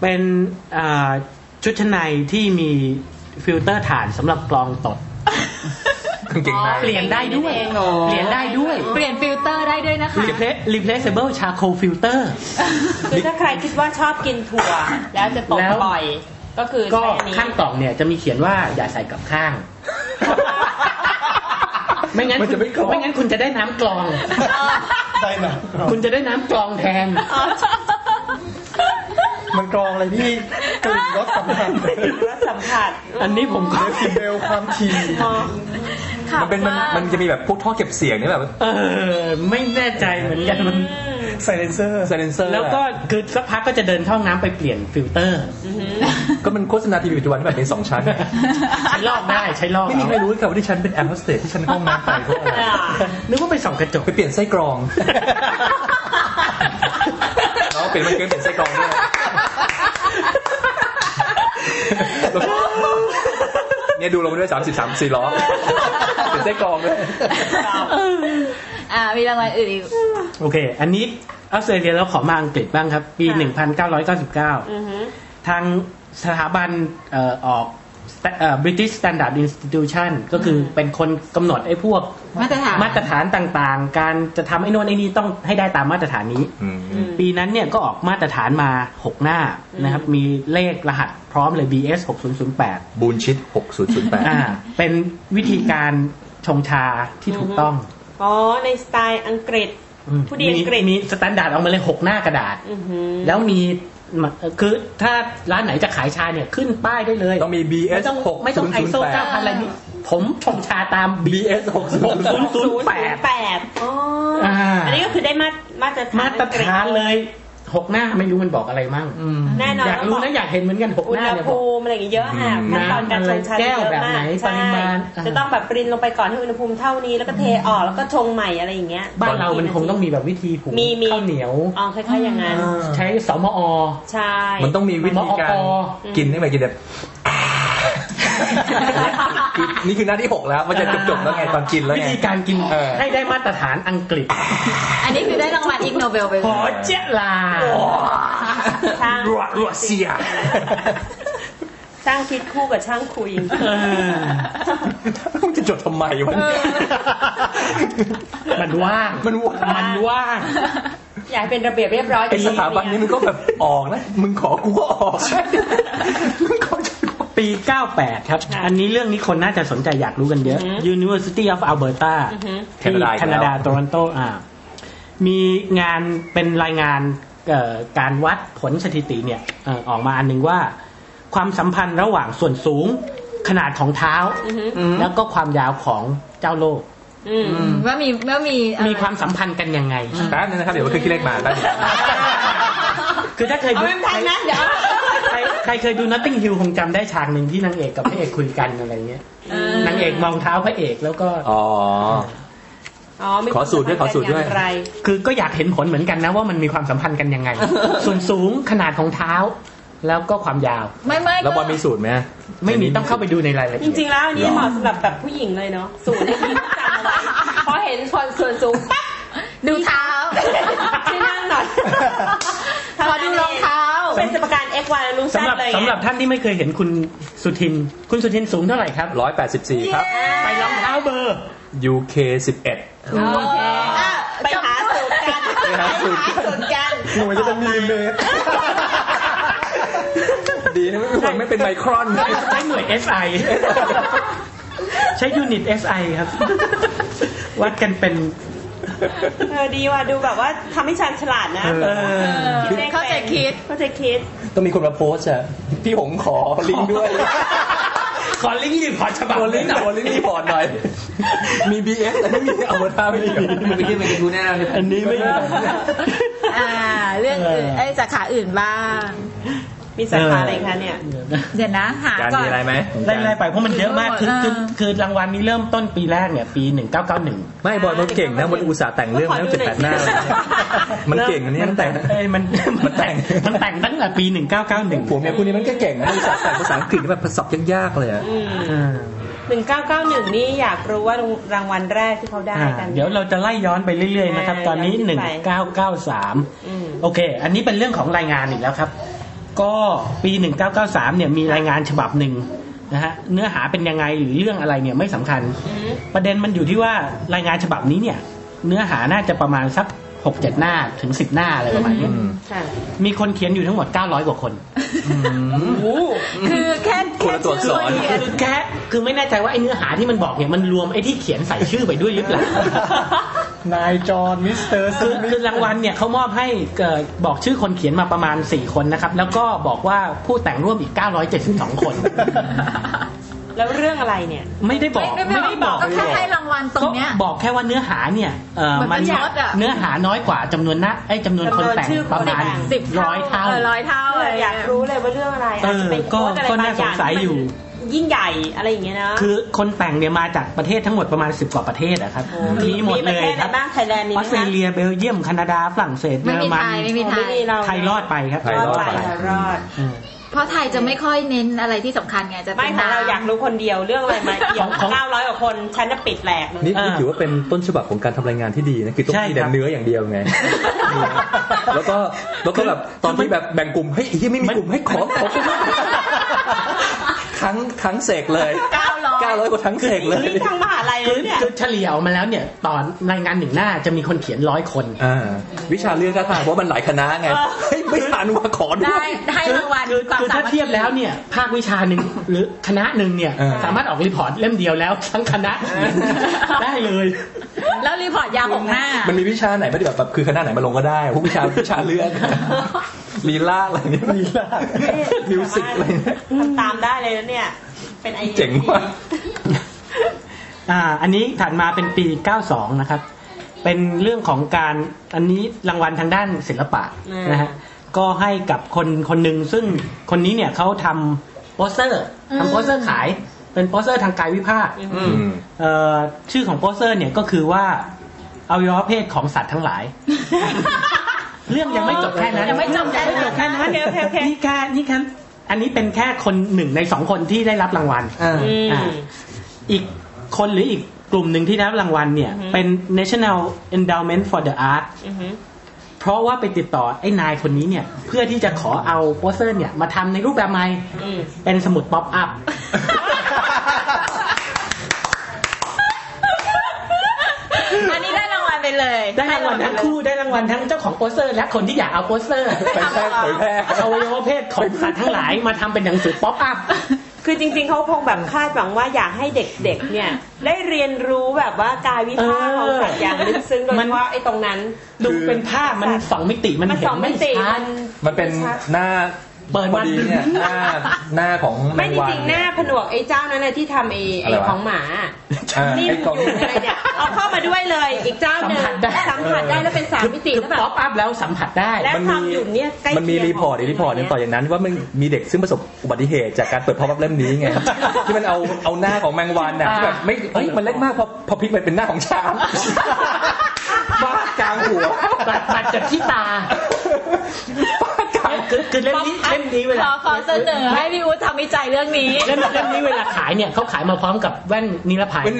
Speaker 4: เป็นอ่าชุดชั้นในที่มีฟิลเตอร์ฐานสำหรับกรองตด
Speaker 3: กางเก่งใน
Speaker 4: เปลี่ยนได้ด้วย
Speaker 6: เองเหรอ
Speaker 4: เปลี่ยนได้ด้วย
Speaker 2: เปลี่ยนฟิลเตอร์ได้ด้วยนะคะ
Speaker 4: Replace- replaceable charcoal filter
Speaker 6: คือถ้าใครคิดว่าชอบกินถั่ว แล้วจะตก
Speaker 4: แล้ว
Speaker 6: บ่อย ก็คือ
Speaker 4: ก็
Speaker 6: ใช้อันนี้
Speaker 4: ข้างกล่องเนี่ยจะมีเขียนว่าอย่าใส่กับข้าง ไม่งั้น
Speaker 3: มันจะไม่กรอบ
Speaker 4: ไม่งั้นคุณจะได้น้ำกรอง
Speaker 7: ได้นะ
Speaker 4: คุณจะได้น้ำกรองแทน
Speaker 7: มันกรองอะไรพี่กลิ่นรสสัมผัส
Speaker 6: รสสัมผัส
Speaker 4: อันนี้ผมก็
Speaker 7: เดซิเบลความถี่
Speaker 3: มันเป็นมันมันจะมีแบบพวกท่อเก็บเสียงนี่แบบ
Speaker 4: เออ ไม่แน่ใจเหมือนกันมัน
Speaker 7: ไซเลนเซอร์
Speaker 3: ไซเลนเซอร์
Speaker 4: แล้วก็คือสักพักก็จะเดินเข้าห้องน้ำไปเปลี่ยนฟิลเต
Speaker 3: <laughs>
Speaker 4: อร์
Speaker 3: ก็มันโฆษณาทีวีปัจจุบันที่แบบเป็นสองชั้น
Speaker 4: ใช้ลอกได้ใช้ลอก
Speaker 3: ไม่มีใครรู้เลยค่ะว่าที่ฉันเป็นแอมโฮสเตสที่ฉันเข้าห้องน้ำไปเพราะอะไร
Speaker 4: นึกว่าไปส่องกระจก
Speaker 3: ไปเปลี่ยนไส้กรอง <laughs> เนาะเปลี่ยนมันเกินเปลี่ยนไส้กรอง <laughs> ด้วยเนี่ยดูลงมาด้วยสามสิบสามสี่ <laughs> ล้อเปลี่ยนไส้กรองด้วย
Speaker 2: อ่ามีรางวัลอื่นอีก
Speaker 4: โอเค อันนี้ออสเตรเลียเราขอมาอังกฤษบ้างครับ ปี
Speaker 6: อือหือ
Speaker 4: 1999 ทางสถาบันเอ่อออก Sta- เอ่อ British Standard Institution ก็คือเป็นคนกำหนดไอ้พวก
Speaker 2: มาตรฐาน
Speaker 4: มาตรฐานต่างๆ การจะทำไอ้โนนไอ้นี่ต้องให้ได้ตามมาตรฐานนี้
Speaker 3: อืม
Speaker 4: ปีนั้นเนี่ยก็ออกมาตรฐานมา 6 หน้านะครับ มีเลขรหัสพร้อมเลย BS 6008
Speaker 3: บูนชิดหกศูนย์ศูนย์แปด
Speaker 4: อ่าเป็นวิธีการชงชาที่ถูกต้อง
Speaker 6: อ๋อ ในสไตล์อังกฤษ
Speaker 4: ม
Speaker 6: ผู้ดีอังกฤษ
Speaker 4: มีสแตนดาร์ดออกมาเลยหกหน้ากระดาษ
Speaker 6: อือหือ
Speaker 4: แล้วมีคือถ้าร้านไหนจะขายชาเนี่ยขึ้นป้ายได้เลย
Speaker 3: ต้องมี BS
Speaker 4: ไม่ต้องไม่ต้องไอโซ
Speaker 3: 6008
Speaker 4: เก้าพันอะไรนี่ผมชงชาตาม
Speaker 3: BS ห
Speaker 6: <laughs>
Speaker 3: กศูนย์
Speaker 4: ศูนย์ศูนย์แปด
Speaker 6: แปดอ๋ออา อันนี้ก็คือได้มามาตรฐาน
Speaker 4: มาตรฐานเลยห หกหน้าไม่รู้มันบอกอะไรมั่ง
Speaker 5: อืม
Speaker 8: แน่นอน
Speaker 4: อยากรู้นะอยากเห็นเหมือนกันหก
Speaker 8: อุ
Speaker 4: ห
Speaker 8: ณ
Speaker 4: น้า
Speaker 8: ห
Speaker 4: เนี่ยบอ
Speaker 8: ภู
Speaker 4: ก
Speaker 8: มิอะไรอย่างเงี้ยเยอะอ่ะขั้นตอนการชงชา
Speaker 4: แก้ว
Speaker 8: เยอะ
Speaker 4: แบบ
Speaker 8: มา
Speaker 4: ไหน
Speaker 8: ก
Speaker 4: ปริมาณ
Speaker 8: จะต้องแบบปรินลงไปก่อนให้อุณหภูมิเท่านี้แล้วก็เทออกแล้วก็ชงใหม่อะไรอย่างเงี้ย
Speaker 4: บ้านเรามันคงต้องมีแบบวิธีผง
Speaker 8: มีมี
Speaker 4: ข้าวเหนียว
Speaker 8: อ๋อคล้ายๆอย่างนั้น
Speaker 4: ใช้สมอ
Speaker 8: ใช่
Speaker 3: มันต้องมีวิธีการ
Speaker 4: มออ
Speaker 3: กินนี่หมายกินแบบ <laughs> คือนี่คือหน้าที่หกแล้ว มันจะจบๆแล้วไงตอนกินแล้ว
Speaker 4: วิ
Speaker 3: ไง
Speaker 4: ธีการกิน
Speaker 3: เออ
Speaker 4: ให้ได้มาตรฐานอังกฤษ
Speaker 2: อันนี้คือได้รางวัลอีกโนเบลไปเล
Speaker 4: ข
Speaker 2: ย
Speaker 4: อเจ๊ลา
Speaker 8: สร้าง
Speaker 3: รัวรัวเสีย
Speaker 8: สร้างคิดคู่กับช่างคุย <laughs>
Speaker 4: เออ
Speaker 3: มันจะจดทำไมวะเนี่ย
Speaker 4: มันว่าง
Speaker 3: มันว่า
Speaker 4: มันว่าง
Speaker 8: อยากให้เป็นระเบียบเรียบร้อย
Speaker 3: ไอสถาบันนี้มันก็แบบออกนะ มึงขอกูก็ออกมึงขอกูก็ออก
Speaker 4: ปี 98 ครับ อันนี้เรื่องนี้คนน่าจะสนใจอยากรู้กันเยอะ University of Alberta
Speaker 8: อือฮึ
Speaker 4: ที่แคนาดาโตรอนโตอ่ามีงานเป็นรายงานเอ่อการวัดผลสถิติเนี่ยเอ่อออกมาอันหนึงว่า ความสัมพันธ์ระหว่างส่วนสูงขนาดของเท้า
Speaker 8: อือฮึ
Speaker 4: แล้วก็ความยาวของเจ้าโลก
Speaker 8: อืม
Speaker 2: ว่ามีว่ามีเอ่อ
Speaker 4: มีความสัมพันธ์กันยังไง
Speaker 3: แป๊บนึงนะครับ เดี๋ยวมันขึ้นขี้เลขมาแป๊บนึง
Speaker 4: คือถ้าเคย
Speaker 8: เอา
Speaker 4: ดู
Speaker 8: เป็นทางนั้นเดี๋ยว
Speaker 4: ใครใครเคยดู Notting Hill คงจำได้ฉากหนึ่งที่นางเอกกับพระเอกคุยกันอะไรเงี้ยนางเอกมองเท้าพระเอกแล้วก็
Speaker 3: อ๋อ
Speaker 8: อ๋อมี
Speaker 3: ขอสูตรด้วยขอสูตรด้วย
Speaker 8: างไร
Speaker 4: คือก็อยากเห็นผลเหมือนกันนะว่ามันมีความสัมพันธ์กันยังไง ส่วนสูงขนาดของเท้า แล้วก็ความยาว
Speaker 2: ไม่ไม่
Speaker 3: แล้วบอลมีสูตรไหม
Speaker 4: ไม่มีต้องเข้าไปดูในรายละ
Speaker 8: จ
Speaker 4: เอียด
Speaker 8: ริงๆ แล้วอันนี้เหมาะสำหรับแบบผู้หญิงเลยเนาะสูตรที่จำเอาไว้พอเห็นคนส่วนสูงปั๊บ
Speaker 2: ดูเท้า
Speaker 8: ให้นั่งหน่อย
Speaker 2: <laughs> ขอดูรองเท้า
Speaker 8: เป็นสมการ x y รู้ชัด
Speaker 4: สำหรับ
Speaker 8: เลย
Speaker 4: สำหรับท่านที่ไม่เคยเห็นคุณสุทิน คุณสุทินสูงเท่าไหร่ครับ
Speaker 3: ร้อยแปดสิบสี่ครับ
Speaker 4: ไปรองเท้าเบอร์
Speaker 3: UK สิบเอ็ด
Speaker 2: โอเคอ่ะ
Speaker 8: ไปหาสูตรกัน
Speaker 3: ไปหาสูตร
Speaker 8: ไปหาสูตรกัน
Speaker 7: หน่วยจะเป็นมิลลิเมตร
Speaker 3: ดีนะไม่คนไม่เป็นไมครอน
Speaker 4: ใช้หน่วย SI <laughs> ใช้ยูนิต SI ครับ วัดกันเป็น
Speaker 8: เออดีว่ะดูแบบว่าทำให้ฉันฉลาดนะ
Speaker 4: เออ
Speaker 8: คิดลขป็น
Speaker 2: เข้าใจคิด
Speaker 8: เข้าใจคิด
Speaker 3: ต้องมีคนมาโพสต์อะพี่หงขอลิงก์ <laughs> ด้วย
Speaker 4: ขอลิงก์รีพอร์ตฉบับ
Speaker 3: โอลิงก์โอลิงก์รีพอร์ตหน่อย มี BS แต่ไม่มีอวตารไม่มีเหรอ
Speaker 5: ไป
Speaker 3: <laughs>
Speaker 5: กินไปกินกูแน่นอนเลย
Speaker 4: อันนี้ไม่มี
Speaker 2: อ่า เรื่องอื่น
Speaker 4: เออ
Speaker 2: ไอ้ยสาขาอื่นบ้าง
Speaker 8: มีสาขาอะไรคะเนี่ย
Speaker 4: <laughs>
Speaker 2: เดี๋ยวนะ หา
Speaker 3: การ
Speaker 2: ก่อ
Speaker 3: มี
Speaker 2: น
Speaker 3: อะไรไหม
Speaker 4: ไล่ๆไปเพราะมันเยอะมากคือคือ
Speaker 2: เออ
Speaker 4: คือรางวัลนี้เริ่มต้นปีแรกเนี่ย ปี 1991
Speaker 3: ไม่บอยมันเก่งนะมันอุตส่าห์แต่งเรื่องมาตั้งเจ็ดแปดหน้าเลยมันเก่งอันนี้มันแต่ง
Speaker 4: เอ้ยมัน
Speaker 3: <laughs> มันแต่ง
Speaker 4: มันแต่งตั้งแต่ปี 1991
Speaker 3: ผัวเมียคู่นี้มันก็เก่งนะอุตส่าห์แต่งภาษาอังกฤษแบบผสมยากๆเลยอะ
Speaker 4: เออ
Speaker 8: 1991 นี่อยากรู้ว่ารางวัลแรกที่เขาได้
Speaker 4: อ่า
Speaker 8: กัน
Speaker 4: เดี๋ยวเราจะไล่ย้อนไปเรื่อยๆนะครับ ตอนนี้
Speaker 8: ย้อนขึ้นไป อืม
Speaker 4: 1993 โอเค อันนี้เป็นเรื่องของรายงานอีกแล้วครับ ก็ปี 1993 เนี่ยมีรายงานฉบับหนึ่งนะฮะเนื้อหาเป็นยังไงหรือเรื่องอะไรเนี่ยไม่สำคัญ ประเด็นมันอยู่ที่ว่ารายงานฉบับนี้เนี่ย เนื้อหาน่าจะประมาณสักหกเจ็ดหน้าถึงสิบหน้าอะไรประมาณนี้
Speaker 3: อืม
Speaker 8: ค่ะ
Speaker 4: มีคนเขียนอยู่ทั้งหมดเก้าร้อยกว่าคน
Speaker 2: คือแค่
Speaker 3: ค
Speaker 2: แค่
Speaker 3: นละตัวอักษร
Speaker 4: คือแค่คือไม่แน่ใจว่าไอ้เนื้อหาที่มันบอกเนี่ยมันรวมไอ้ที่เขียนใส่ชื่อไปด้วยหรือเปล่า
Speaker 7: นายจอห์นมิสเตอร์
Speaker 4: คื
Speaker 7: ซึ่
Speaker 4: อง คือรางวัลเนี่ยเขามอบให้เอ่อบอกชื่อคนเขียนมาประมาณ 4 คนนะครับ แล้วก็บอกว่าผู้แต่งร่วมอีก 972 คน
Speaker 8: แล้วเรื่องอะไรเนี่ย
Speaker 4: ไม่ได้บอก
Speaker 2: ไม่ไม่ไม่บอกก็แค่ให้รางวัลตรงเนี้ย
Speaker 4: ก็บอกแค่ว่าเนื้อหาเนี่ยเอ่อ
Speaker 2: มันเป็น
Speaker 4: เนี่ย
Speaker 2: ยศอะ
Speaker 4: เนื้อหาน้อยกว่าจำนวนหนะไอ้ยจำนวนคนแต่ง
Speaker 8: จำนวนชื่อคน
Speaker 4: ประมาณ
Speaker 8: แต่ง
Speaker 4: สิบร้อยเท่า
Speaker 2: เออร้อยเท่าเล
Speaker 8: อยากรู้เลยว่าเรื่องอะไร
Speaker 4: เออ
Speaker 8: อาจจะเป็น
Speaker 4: ก็
Speaker 8: โพสต์อะไร
Speaker 4: ก็
Speaker 8: บ
Speaker 4: น่าสงสัย
Speaker 8: ที่มัน
Speaker 4: อยู่
Speaker 8: ยิ่งใหญ่อะไรอย่างเงี้ยนะ
Speaker 4: คือคนแต่งเนี่ยมาจากประเทศทั้งหมดประมาณสิบกว่าประเทศอะครับมีหมด
Speaker 8: ป
Speaker 4: เล
Speaker 8: ระ
Speaker 4: ย
Speaker 8: เทศอะไร
Speaker 4: ครับ
Speaker 8: บ้างไทยแลนด์มี
Speaker 4: อ
Speaker 8: ไหม
Speaker 4: อสเตร
Speaker 8: คะ
Speaker 4: เลียเบลเยียมแคนาดาฝรั่งเศสเย
Speaker 2: ไม่
Speaker 4: อร
Speaker 2: มี
Speaker 4: มัน
Speaker 2: ไทยไม่มี
Speaker 8: อ๋อ
Speaker 2: ไท
Speaker 8: ไม่
Speaker 2: ย
Speaker 8: มีเรา
Speaker 4: ไทยรอดไปครับ
Speaker 3: ไทยรอดไป
Speaker 8: ไทยรอด
Speaker 4: อืม
Speaker 2: เพราะไทยจะไม่ค่อยเน้นอะไรที่สำคัญไงจะ
Speaker 8: ไม่
Speaker 2: เป็น
Speaker 8: ของเรา
Speaker 2: น้ำ
Speaker 8: อยากรู้คนเดียวเรื่องอะไรมาเกี่ยว
Speaker 4: ของ
Speaker 8: เก้าร้อยกว่าคนฉันจะปิดแหลกเลย
Speaker 3: นี่
Speaker 4: อ่า
Speaker 3: นี่ถือว่าเป็นต้นฉบับของการทำรายงานที่ดีนะ คือต้อง
Speaker 4: ใช่
Speaker 3: มีแต่
Speaker 4: ครับ
Speaker 3: เนื้ออย่างเดียวไง แล้วก็แล้วก็แบบตอนที่แบบแบ่งกลุ่มเฮ้ยที่ไม่มี
Speaker 4: มัน
Speaker 3: กลุ่มให้ขอขอทั้งทั้งเสกเลย
Speaker 2: 900
Speaker 3: เก้าร้อยกว่าทั้งเสกเลย
Speaker 8: นี่ทางมหาลัยเล
Speaker 4: คือย
Speaker 8: เนี่ย
Speaker 4: คือเฉลี่ยออกมาแล้วเนี่ย ตอนรายงานหนึ่งหน้าจะมีคนเขียนร้อยคน
Speaker 3: อ่าวิชาเรื่องก็ทางเพราะมันหลายคณะไงเฮ้ยไม่ทันว่าขอด้ว
Speaker 2: ได้
Speaker 3: ย
Speaker 2: ให้รางวัล
Speaker 4: คือ
Speaker 2: ความ
Speaker 4: คือ
Speaker 2: สา
Speaker 4: ถ้า
Speaker 2: มัคคี
Speaker 4: เทียบแล้วเนี่ย ภาควิชาหนึ่ง หรือคณะหนึ่งเนี่ย
Speaker 3: เออ
Speaker 4: สามารถออกรีพอร์ตเล่มเดียวแล้ว ทั้งคณะ ได้เลย
Speaker 2: แล้วรีพอร์ตยาวของหน้า
Speaker 3: มันมีวิชาไหนไม่ได้แบบแบบคือคณะไหนมาลงก็ได้พวกวิชาวิชาเรื่องลีลาอะไรเนี่ยลีลามิวสิกอะไรเนี่ย
Speaker 8: ทำตามได้เลยนะเนี่ย เป็นไอ
Speaker 3: เจ๋งว่ะ
Speaker 4: อ่า อันนี้ถัดมาเป็นปี 92 นะครับ เป็นเรื่องของการอันนี้รางวัลทางด้านศิลปะ
Speaker 6: อ่าน
Speaker 4: นะฮะก็ให้กับคนคนหนึ่งซึ่งคนนี้เนี่ยเขาทำโปสเตอร์ทำโปสเตอร์ขาย เป็นโปสเตอร์ทางกายวิภาค
Speaker 3: อืม
Speaker 4: เอ่อชื่อของโปสเตอร์เนี่ยก็คือว่าอวัยวะเพศของสัตว์ทั้งห
Speaker 2: <laughs>
Speaker 4: ลาย เรื่องยังไม่จบแค่นั้น
Speaker 2: ยังไม่จบแค่นั้น
Speaker 4: ยังไม่จบแค่นั้นนี่แค่นี่แค่อันนี้เป็นแค่คนหนึ่งในสองคนที่ได้รับรางวัล
Speaker 5: อ่า
Speaker 4: อ่าอีกคนหรืออีกกลุ่มหนึ่งที่ได้รับรางวัลเนี่ย เป็น National Endowment for the Art เพราะว่าไปติดต่อไอ้นายคนนี้เนี่ย เพื่อที่จะขอเอาโปสเตอร์เนี่ยมาทำในรูปแบบใหม่เป็นสมุดป๊อปอัพ
Speaker 2: <laughs> อันนี้ได้รางวัลไปเลย
Speaker 4: ได้รางวัลทั้งคู่ได้รางวัลทั้งเจ้าของโปสเตอร์ และคนที่อยากเอาโปสเตอร์
Speaker 3: ไปแพร่เผยแพร่
Speaker 4: อวัยวะเพศของสัตว์ทั้งหลายมาทำเป็นหนังสือป๊อปอัพ
Speaker 6: คือจริงๆเขาคงแบบคาดหวังว่าอยากให้เด็กๆ เนี่ย ได้เรียนรู้แบบว่ากายวิภาคของสัตว์อย่างลึกซึ้งโดยเฉ
Speaker 4: มัน
Speaker 6: พาะไอ้ตรงนั้น
Speaker 4: ดูเป็นภาพมันสองมิติมัน
Speaker 6: มัน
Speaker 4: เห็
Speaker 6: สอน ง
Speaker 4: ไม่
Speaker 6: มิติ
Speaker 4: ชั
Speaker 6: มั
Speaker 4: ด
Speaker 6: น
Speaker 3: มันเป็นหน้า
Speaker 4: เปิด
Speaker 3: พ
Speaker 4: มา
Speaker 3: อดีเนี่ยหน้าหน้าของแม
Speaker 6: ไม่
Speaker 3: ง
Speaker 6: จ
Speaker 3: วัน
Speaker 6: ริงๆหน้าผนวกไอ้เจ้านั้นนะที่ทำไอ้ไอ้ของหมา
Speaker 3: อ่า
Speaker 6: นิ่ม
Speaker 3: ไอ้
Speaker 6: อก
Speaker 3: ล่อง
Speaker 6: ยู่อะไรเนี่ยเอาเข้ามาด้วยเลยอีกเจ้าหนึ่ง
Speaker 4: สัมผัสได้
Speaker 6: สัมผัสได้แล้วเป็นสามมิติ
Speaker 4: คือ
Speaker 6: แล้วแบบ
Speaker 4: ป๊อปอัพแล้วสัมผัสได้
Speaker 6: และความหยุ่นเนี่ยใกล้
Speaker 3: มันมี
Speaker 6: เคียง
Speaker 3: รีพอร์ต
Speaker 6: ข
Speaker 3: อี
Speaker 6: ง
Speaker 3: กรีพอร์ตหนึงต่ออย่างนั้น ว่ามันมีเด็กซึ่งประสบอุบัติเหตุจากการเปิดพอพับเล่มนี้ไง <laughs> ที่มันเอาเอาหน้าของแมงวันน่ะ
Speaker 4: อ่า
Speaker 3: แบบไม่เฮ้ยมันเล็กมากพอพอพลิกไปเป็นหน้าของช้าง <laughs> ฟาดกลางหัว
Speaker 4: บัดบัดกับที่ตา
Speaker 3: ฟาดกลาง
Speaker 4: คือคือเล่มนี้เล่มนี้เว
Speaker 2: ข
Speaker 4: ลา
Speaker 2: อขอเสนอให้พี่อู๊ดทำวิจัยเรื่องนี้
Speaker 4: เล่มเล่มนี้เวลาขายเนี่ยเขาขายมาพร้อมกับแว่นนิรภัย
Speaker 3: เป็น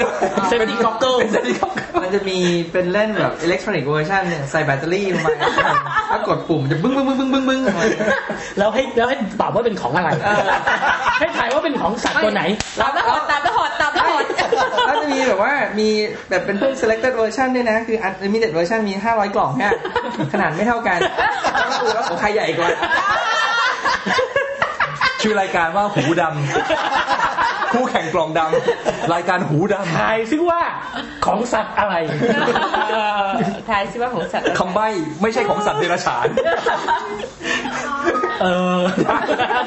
Speaker 4: เซฟตี้ก็อกเกิล
Speaker 3: เป็นเซฟตี้ก็อกเกิล
Speaker 5: มันจะมีเป็นเล่นแบบอิเล็กทรอนิกส์เวอร์ชันเนี่ยใส่แบตเตอรี่ลงไปแล้วกดปุ่มมันจะบึ้งบึ้งบึ้งบึ้งบึ้งบึ้งออกมา
Speaker 4: แล้วให้แล้วให้ตอบว่าเป็นของอะไร
Speaker 5: เออ
Speaker 4: ให้ถ่ายว่าเป็นของสัตว์ตัวไหน
Speaker 2: ตับแล้วหดตับแล้วหดตับแล้วหด
Speaker 5: แล้วจะมีแบบว่ามีแบบเป็นพวก selected version ด้วยนะ คืออันมีเด็ดเวอร์ชันมี 500 กล่องฮะขนาดไม่เท่ากันแล้วดูแล้วของใครใหญ่กว่า
Speaker 3: ชื่อรายการว่าหูดำคู่แข่งกล่องดำรายการหูด
Speaker 4: ถ่ายซิว่าของสัตว์อะไร
Speaker 6: ทายซิว่าของสัตว์
Speaker 3: ำคำใบ้ไม่ใช่ของสัตว์เดรัจฉาน
Speaker 4: เออ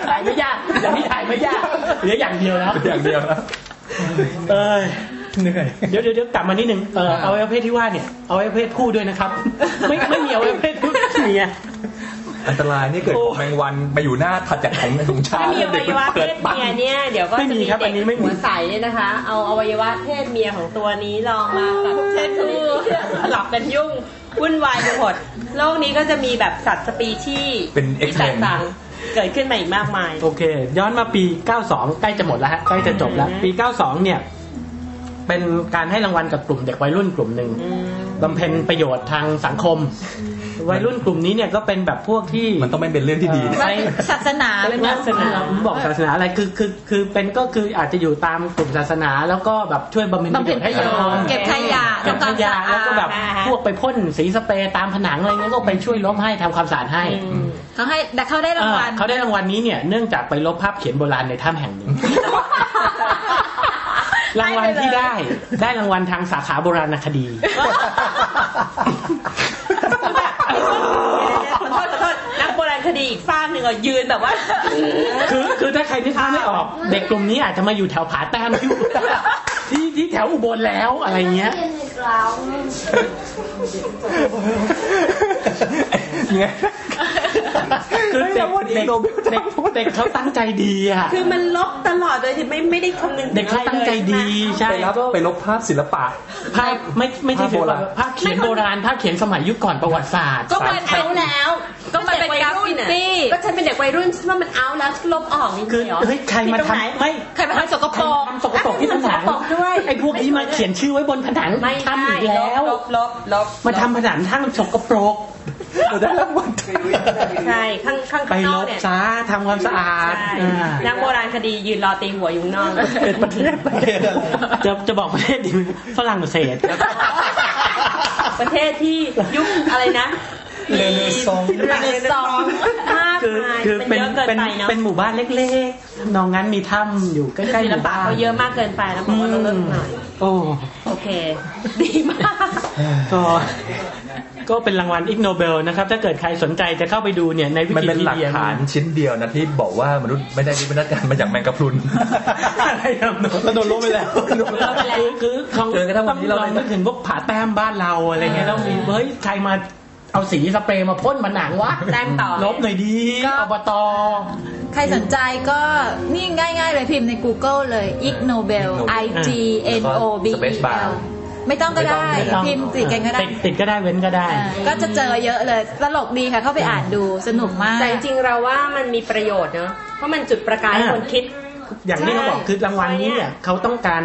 Speaker 4: ถ่ายไม่ยากอย่างนี้ถ่ายไม่ยากเหลืออย่างเดียวแล้ว
Speaker 3: อย่างเดียวนะ
Speaker 4: เออ
Speaker 5: เหนื่อย
Speaker 4: เดี๋ยวเดี๋ยวเดี๋ยวกลับมานิดนึงเออเอาไว้ประเพศที่ว่าเนี่ยเอาไว้ประเพศคู่ด้วยนะครับ ไม่ไม่มีเอาไว้ประเพศ
Speaker 6: <laughs>
Speaker 4: ผู้เมีย
Speaker 3: อันตรายนี่เกิด
Speaker 4: โอ้
Speaker 3: ของแมงวันมาอยู่หน้าถัดจากของของช้า
Speaker 6: ถ้าง มีอวัยวะเพศ
Speaker 3: ปัง
Speaker 6: เมียเนี่ยเดี๋ยวก็
Speaker 4: ไม่
Speaker 6: จะ
Speaker 4: มี
Speaker 6: มี
Speaker 4: ครับอั
Speaker 6: เด็
Speaker 4: น
Speaker 6: ก
Speaker 4: นี้ไม่มี
Speaker 6: หัวใสเนี่ยนะคะ เอาอวัยวะเพศเมียของตัวนี้ลองมาแบบเพศผู้สลับกันยุ่งวุ่นวายไปหมดโลกนี้ก็จะมีแบบสัตว์สปีชีส์
Speaker 3: เป็น
Speaker 6: ที่แตก
Speaker 3: X-Men
Speaker 6: ต่างเกิดขึ้นมาอีกมากมาย
Speaker 4: โอเค ย้อนมาปี 92 ใกล้จะหมดแล้วฮะใกล้จะจบแล้ว ปี 92 เนี่ย เป็นการให้รางวัลกับกลุ่มเด็กวัยรุ่นกลุ่มหนึ่งบำเพ็ญประโยชน์ทางสังคม วัยรุ่นกลุ่มนี้เนี่ยก็เป็นแบบพวกที่
Speaker 3: มันต้องไม่เป็นเรื่องที่ดีนะ
Speaker 4: ไม่
Speaker 2: ศาสนาเป็นศาสนา
Speaker 4: ผมบอกศาสนาอะไรคือคือคือเป็นก็คืออาจจะอยู่ตามกลุ่มศาสนาแล้วก็แบบช่วยบำเพ็ญป
Speaker 2: บำ
Speaker 4: ระโย
Speaker 2: เพ็ญ
Speaker 4: ชน์
Speaker 2: ป
Speaker 4: ให้
Speaker 2: ระโย
Speaker 4: สังค
Speaker 2: ช
Speaker 4: ม
Speaker 2: น์เก็บขยะ
Speaker 4: เก็บ
Speaker 2: ทำค
Speaker 4: ข
Speaker 2: วาม
Speaker 4: ยะ
Speaker 2: สะอา
Speaker 4: แล้ว
Speaker 2: ด
Speaker 4: ก็แบบ
Speaker 6: อ่าฮะ
Speaker 4: พวกไปพ่นสีสเปรย์ตามผนังอะไรเงี้ยก็ไปช่วยลบให้ทำความสะอาดให้
Speaker 2: เขาให้แต่เขาได้รางวัล
Speaker 4: เออเขาได้รางวัลนี้เนี่ยเนื่องจากไปลบภาพเขียนโบราณในถ้ำแห่งหนึ่ <laughs> งรางวัลที่ได้ ได้รางวัลทางสาขาโบราณค <laughs> ดี
Speaker 6: ขอโทษขอโทษนักโบราณคดีอีกฝ้ากหนึ่งอ่ะยืนแบบว่า
Speaker 4: คือคือถ้าใครนึกภาพไม่ออก เด็กกลุ่มนี้อาจจะมาอยู่แถวผาแต้มที่ <laughs> ที่ที่แถวอุบลแล้วอะไรเงี้ย
Speaker 3: ไง
Speaker 4: <laughs> คือเด็กเด็กเด็กเด็กเขาตั้งใจดีอ่ะ
Speaker 6: คือมันลบตลอดโดยที่ไม่ไม่ได้คำนึง
Speaker 4: เด็กเขาตั้งใจดีใช่
Speaker 3: ไปรับ
Speaker 4: ก็
Speaker 3: ไปลบภาพศิลปะ
Speaker 4: ภาพไม่ไม่ใช่
Speaker 3: ภาพโบ
Speaker 4: ถือ
Speaker 3: รา
Speaker 4: ว่า
Speaker 3: ณ
Speaker 4: ภาพเขียนโบราณภาพเขียนสมัยยุคก่อนประวัติศาสตร์
Speaker 2: ก็มันเอาแล้ว ก็มันเป็นกราฟฟิตี้
Speaker 6: ก็ฉันเป็นเด็กวัยรุ่นฉันว่ามันเอาแล้วลบออกนี่
Speaker 4: คือ
Speaker 6: เหรอ
Speaker 4: เฮ้ยใครมาทำไม่
Speaker 2: ใครมาทำสกปรก
Speaker 4: ใคมาทำสกปรกที่ผนัง
Speaker 6: สกปรกด้วย
Speaker 4: ไอ้พวกนี้มาเขียนชื่อไว้บนผนัง
Speaker 6: ไม่
Speaker 4: ทำอีก
Speaker 6: ได้
Speaker 4: แล้ว
Speaker 5: ลบลบลบ
Speaker 4: มาทำผนังทั้งสกปรก
Speaker 3: เราได้รางวัล
Speaker 6: ใช่ข้างข้าง
Speaker 4: ไป
Speaker 6: ข้างน
Speaker 4: ล
Speaker 6: อก
Speaker 4: บ
Speaker 6: เนี่ย
Speaker 4: ซะทำความสะอาด
Speaker 6: ใช่
Speaker 4: อ่า
Speaker 6: นักโบราณคดียืนรอตีหัวอยู่ข้างนอก
Speaker 4: เป็นประเทศประเทศอะไรจะจะบอกประเทศดีไหมฝรั่งเศส
Speaker 6: ประเทศที่ยุคอะไรนะ
Speaker 5: เลนซอง
Speaker 6: เรเนซองส์มาก
Speaker 4: คือ
Speaker 6: มาย
Speaker 4: คือ
Speaker 6: มั
Speaker 4: เป็น น
Speaker 6: เยอะเกิน
Speaker 4: เป็น
Speaker 6: ไปเนาะ
Speaker 4: เป็นหมู่บ้านเล็กๆ นองงั้นมีถ้ำอยู่ใกล้ๆ
Speaker 6: ศิ
Speaker 4: ห
Speaker 6: ล
Speaker 4: มู่
Speaker 6: ปะ
Speaker 4: บ้าน
Speaker 6: เขาเยอะมากเกินไปแล้วบอกว่าเราเลิกหน่อย
Speaker 4: โอ้
Speaker 6: โอเค ดีมาก
Speaker 4: ก็ ก็เป็นรางวัลอิกโนเบลนะครับ ถ้าเกิดใครสนใจจะเข้าไปดูเนี่ยในวิ
Speaker 3: มัน
Speaker 4: กิ
Speaker 3: เป็น
Speaker 4: พี
Speaker 3: หลัก
Speaker 4: เดีย
Speaker 3: ฐานชิ้นเดียวนะที่บอกว่ามนุษย์ไม่ได้วิวัฒนาการมาจากแมงกะพรุน
Speaker 4: อะไรครับ
Speaker 7: แล้วโดนลบไปแล้ว
Speaker 4: คือคือของ
Speaker 3: จนกระทั่งวันนี้เรา
Speaker 4: ลองนึกถึงพวกผาแต้มบ้านเราอะไรเงี้ยแล้วมีเฮ้ยใครมาเอาสีสเปรย์มาพ่นผนังวะ
Speaker 2: แต้มต่อ
Speaker 4: ลบหน่อยดี
Speaker 2: ก็
Speaker 4: อบต
Speaker 2: ใครสนใจก็นี่ง่ายๆเลยพิมพ์ใน Google เลย Ig Nobel I G N O B E
Speaker 3: Space bar
Speaker 2: L ไม่ต้องก็ได้
Speaker 3: ไม่ต้อง
Speaker 2: พิมพ์ติดกันก็ได้
Speaker 4: ติดติดก็ได้เว้นก็ได้
Speaker 2: อ่าก็จะเจอเยอะเลยตลกดีค่ะเข้าไปอ่านดูสนุกมาก
Speaker 8: แต่จริงๆเราว่ามันมีประโยชน์เนอะเพราะมันจุดประกายให้คนคิด
Speaker 4: อย่างที่เขาบอกคือรางวัลนี้เนี่ยเขาต้องการ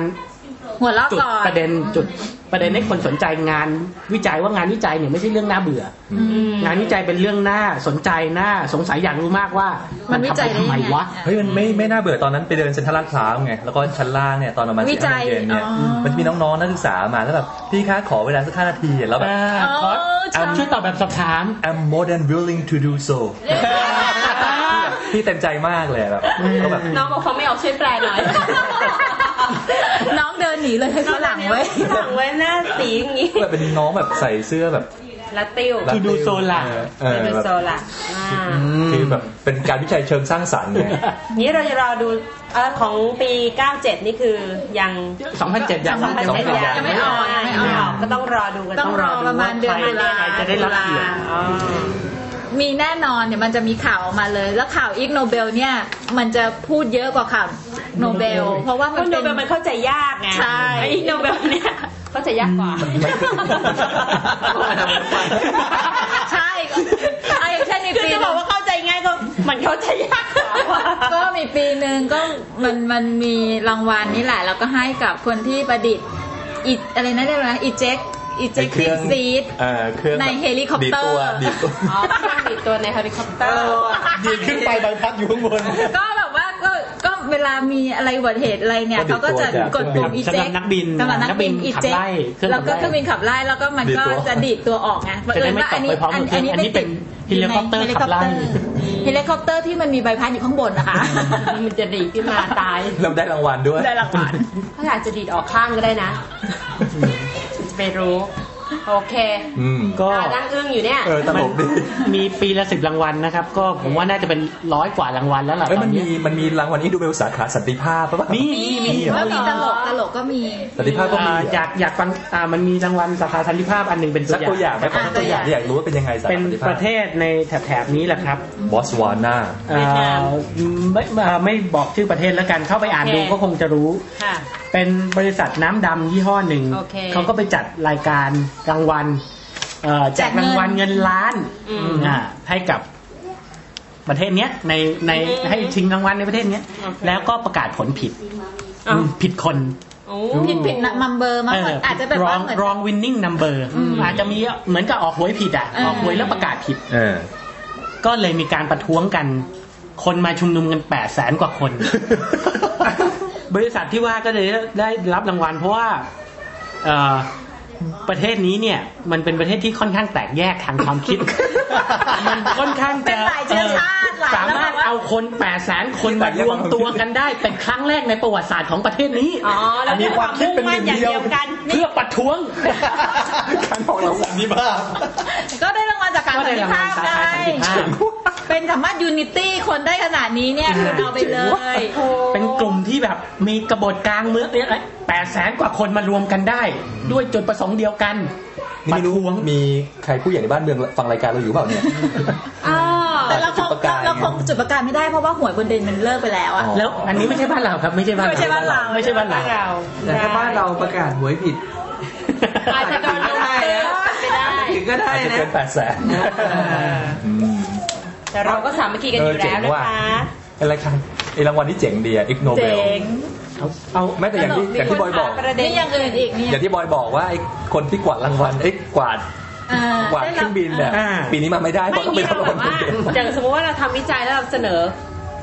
Speaker 2: หัวเราะ
Speaker 4: จุด
Speaker 2: ก่อน
Speaker 4: ประเด็นจุดประเด็นให้คนสนใจงานวิจัยว่างานวิจัยเนี่ยไม่ใช่เรื่องน่าเบื่อ
Speaker 2: อืม
Speaker 4: องานวิจัยเป็นเรื่องน่าสนใจน่าสงสัยอยากรู้มากว่า
Speaker 2: มั
Speaker 4: มัน
Speaker 2: วิ
Speaker 4: ทำ
Speaker 2: จัย
Speaker 4: ไป
Speaker 2: ได้
Speaker 4: ทำ
Speaker 2: ยัง
Speaker 4: ไม
Speaker 2: ไง
Speaker 4: วะ
Speaker 3: เฮ้ยมันไม่ไม่น่าเบื่อตอนนั้นไปเดินเซ็นทรัลลาดพร้าวไงแล้วก็ชั้นล่างเนี่ยตอนประมาณ
Speaker 2: วิ
Speaker 3: สี่
Speaker 2: จั
Speaker 3: ห้าย โมงเย็นเนี่ย
Speaker 2: อ๋อ
Speaker 3: มันจะมีน้องๆนักศึกษามาแล้วแบบพี่คะขอเวลาสักห้านาทีแล้วแบบ
Speaker 4: อ่าขอ
Speaker 2: เออใช่
Speaker 4: ช่วยตอบแบบสอบถาม
Speaker 3: I'm more than willing to do so พี่เต็มใจมากเลยแบบก็แบบ
Speaker 8: น้องบอกเขาไม่ออกช่วยแปลหน่อย
Speaker 2: น้องเดินหนีเลยให้ฝรั่งไว้ย
Speaker 8: ฝรั่งไว้หน้าสีอย่างนี้
Speaker 3: แบบเป็นน้องแบบใส่เสื้อแบบ
Speaker 8: ละติ้ว
Speaker 4: To do so ล่ะ
Speaker 3: เออ
Speaker 8: ดู
Speaker 3: แบบ
Speaker 8: โซล่ะอ่า
Speaker 3: คือแบบเป็นการวิจัยเชิงสร้างสรรค์ไง
Speaker 8: นี้เราจะรอดูเออของปี 97 นี่คือยัง
Speaker 4: 2,700อย่าง
Speaker 8: พัน
Speaker 3: สองพั
Speaker 8: เจ็ด
Speaker 3: นเจ็ด
Speaker 8: ยังไม่ออก
Speaker 2: ยัง
Speaker 8: ยั
Speaker 2: ไม่ออก
Speaker 8: งไม่ออกก็ต้องรอดูกัน
Speaker 2: ต้องรอประมาณเดือน
Speaker 8: ตุลา
Speaker 4: ใครจะได้รับเกียรติ
Speaker 8: อ๋อ
Speaker 2: มีแน่นอนเดี๋ยวมันจะมีข่าวออกมาเลย แล้วข่าวอีกโนเบลเนี่ย มันจะพูดเยอะกว่าข่าวโนเบล เพราะว่า
Speaker 8: เพ
Speaker 2: มัน
Speaker 8: ราะโน
Speaker 2: เป็น
Speaker 8: เบลมันเข้าใจยากไง
Speaker 2: ใช่
Speaker 8: ไอ้โนเบลเนี่ยเข้าใจยากกว่า
Speaker 2: ใช่ใช่อย่างเช่นใน
Speaker 8: คือ
Speaker 2: ปี
Speaker 8: จะ
Speaker 2: ห
Speaker 8: บอก
Speaker 2: นึ่ง
Speaker 8: ว่าเข้าใจง่ายก็มันเข้าใจยากกว่า
Speaker 2: <laughs> ก็มีปีหนึ่งก็มันมันมีรางวัลนี่แหละ แล้วก็ให้กับคนที่ประดิษฐ์อีอะไรนะเรียกว่าอะไรอีเจ็กอีเจ็ก
Speaker 3: เค
Speaker 2: ซี
Speaker 3: รื่อง
Speaker 2: ซี
Speaker 3: <laughs>
Speaker 2: ด
Speaker 3: เอ่อเครื่อง
Speaker 2: ในเฮลิคอปเตอร์
Speaker 3: ดีดตัวดีด
Speaker 8: อ๋อเครื่องบินตัวในเฮลิคอปเตอร์
Speaker 7: ดีดขึ้นไปใบพัดอยู่ข้างบน
Speaker 2: ก็แบบว่าก็ก็เวลามีอะไรอุบัติเหตุอะไรเนี่ยเขาก็จะกดปุ่มอีเจ็ก
Speaker 4: สำหรับนักบิน
Speaker 2: สำหรับนักบินอีเจ็ก
Speaker 4: นักบินขับ
Speaker 2: แล้วก็เค
Speaker 4: ไล่เครื่องขับไล่
Speaker 2: รื่องบินขับไล่แล้วก็มันก็จะดีดตัวออกไง
Speaker 4: จะได้ไม่ตกไปพร้อมกับเครื่องอันนี้เป็นเฮลิคอปเตอร์ขับไล่
Speaker 2: เฮลิคอปเตอร์ที่มันมีใบพัดอยู่ข้างบน
Speaker 4: <laughs>
Speaker 2: นะคะ
Speaker 8: มันจะดีดขึ้นมาตาย
Speaker 3: เราได้รางวัลด้วย
Speaker 2: ได้รางวัล
Speaker 8: ถ้าอยากจะดีดออกข้างก็ได้นะจะไปรู้ โอเค
Speaker 3: อืม
Speaker 4: ก็
Speaker 8: อ่ะนั่งอึ้งอยู่เนี่ย
Speaker 3: เออตลกดี
Speaker 4: มีปีละสิบรางวัลนะครับ ก็ผมว่าน่าจะเป็นร้อยกว่ารางวัลแล้วล่ะ
Speaker 3: เอ้ย
Speaker 4: ตอ
Speaker 3: มัน น
Speaker 4: เนี้
Speaker 3: มี
Speaker 4: ย
Speaker 3: มันมีรางวัลนี้ดูเบลสาขาสันติภาพปะวะ
Speaker 4: มี
Speaker 2: มีแล้วมีตลกตลกก็มี
Speaker 3: สันติภาพก็มี
Speaker 4: อ่าอยากอยากฟังอ่ามันมีรางวัลสาขาสันติภาพอันหนึ่งเป็น
Speaker 3: สักตัวอย่างไหม
Speaker 2: อ่ะ
Speaker 3: ตัวอย่างอยากรู้ว่าเป็นยังไงสาขา
Speaker 4: เป็น
Speaker 3: สันติภาพ
Speaker 4: ประเทศในแถบแถบนี้แหละครับ
Speaker 3: บอสวานา
Speaker 4: อ่า
Speaker 8: เวียดนาม
Speaker 4: ไม่อ่าไม่บอกชื่อประเทศแล้วกันเข้าไปอ่าน
Speaker 8: โอเค
Speaker 4: ดูก็คงจะรู้
Speaker 8: ค่ะ
Speaker 4: เป็นบริษัทน้ำดำยี่ห้อหนึ่ง
Speaker 8: โอเค
Speaker 4: ก็ไปจัดรายการรางวัลเอ่อแจกรางวัลเงินล้าน
Speaker 8: อืม
Speaker 4: อ่าให้กับประเทศเนี้ยในใน
Speaker 8: อืม
Speaker 4: ให้ชิงรางวัลในประเทศเนี้ย
Speaker 8: โอเค
Speaker 4: แล้วก็ประกาศผลผิด
Speaker 8: อ้าว
Speaker 4: อืมผิดคน
Speaker 8: โอ้
Speaker 2: ผิดผิดมัมเบอร์มั้ง
Speaker 4: เ
Speaker 2: อาจจะแบบ
Speaker 4: รอ
Speaker 2: ว่าง เหมือน
Speaker 4: รองวินนิ่งนัมเบอร์อาจจะมีเหมือนกับออกหวยผิดอ่ะ
Speaker 2: เออ
Speaker 4: ออกหวยแล้วประกาศผิด
Speaker 3: เออ
Speaker 4: ก็เลยมีการประท้วงกัน คนมาชุมนุมกันแปดแสนกว่าคน บริษัทที่ว่าก็เลยได้รับรางวัล เพราะว่าเอ่อประเทศนี้เนี่ย มันเป็นประเทศที่ค่อนข้างแตกแยกทางความคิด มันค่อนข้างจะ
Speaker 2: เป็นหลายเชื้อชาติหลาย
Speaker 4: สามารถ
Speaker 2: แล้วแบบว่า
Speaker 4: เอาคนแปดแสนคนมารวมตัวกันได้เป็นครั้งแรกในประวัติศาสตร์ของประเทศนี้
Speaker 8: อ๋อ แล้ว
Speaker 7: มีความคิดเป็นหนึ่ง
Speaker 8: มุ่มั่
Speaker 7: เดียว
Speaker 8: อางกัน
Speaker 4: เพื่อประท้วง
Speaker 7: การออกรางวัลนี่บ้า
Speaker 2: ก็ได้รางวัลจากการ
Speaker 4: ก็
Speaker 2: สันติ
Speaker 4: ได้รางวั
Speaker 2: ภา
Speaker 4: ล
Speaker 2: พ
Speaker 4: สา
Speaker 2: ไง
Speaker 4: ขาสันติภาพ
Speaker 2: เป็นสามารถยูนิตี้คนได้ขนาดนี้เนี่ยคือเอาไปเลย
Speaker 4: เป็นกลุ่มที่แบบมีกบฏกลางเมืองเนี่ยแปดแสนกว่าคนมารวมกันได้ ด้วยจุดประสงค์เดียวกัน
Speaker 3: นี่
Speaker 4: ป
Speaker 3: ไม่
Speaker 4: ระ
Speaker 3: รู้
Speaker 4: ท้วง
Speaker 3: มีใครผู้ใหญ่ในบ้านเมืองฟังรายการเราอยู่เปล่าเนี่ย
Speaker 8: อ๋อ
Speaker 2: แต่เราคง
Speaker 3: จุดประกาย
Speaker 2: เราคงจุดประกายไม่ได้เพราะว่าหวยบนเดนมันเลิกไปแล้วอะ
Speaker 4: แล้วอันนี้ไม่ใช่บ้านเราครับ ไม่ใช่บ้าน
Speaker 2: ไม่ใช่บ้านเรา
Speaker 4: ไม่ใช่บ้านเรา
Speaker 5: แต่ถ้าบ้านเราประกาศหวยผิด
Speaker 8: อาจจะโดนลงโทษ ไม่ได้
Speaker 5: ถึงก็ได้
Speaker 3: อาจจะ
Speaker 5: นะ
Speaker 3: เกินแปดแสน
Speaker 8: แต่เราก็สามัคคีกันอยู่แล้วนะคะ
Speaker 3: อะไรายกันไอรางวัลที่เจ๋งดีอะอิกโนเบล
Speaker 2: เจ๋ง
Speaker 4: เอาเอา
Speaker 3: ไม่แต่อย่างที่อย่างที่บอยบอก
Speaker 8: ประเด็น
Speaker 2: นี่อย่างอื่นอีกเนี่
Speaker 3: อยย่างที่บอยบอกว่าไอคนที่กวาดรางวัลไอยกวาด
Speaker 2: เอ่อก
Speaker 3: วาดเครื่องบินเนี่ย
Speaker 4: อ่า
Speaker 3: ปีนี้มาไม่ได้เพ
Speaker 8: ไม่
Speaker 3: ราะต้อง
Speaker 8: มี
Speaker 3: ไปรั
Speaker 8: เรา
Speaker 3: บราง
Speaker 8: แบ
Speaker 3: วัล
Speaker 8: บ
Speaker 3: คน
Speaker 8: ว่า
Speaker 3: เดียว
Speaker 8: อย่างสมมติว่าเราทำวิจัยแล้วเราเสนอ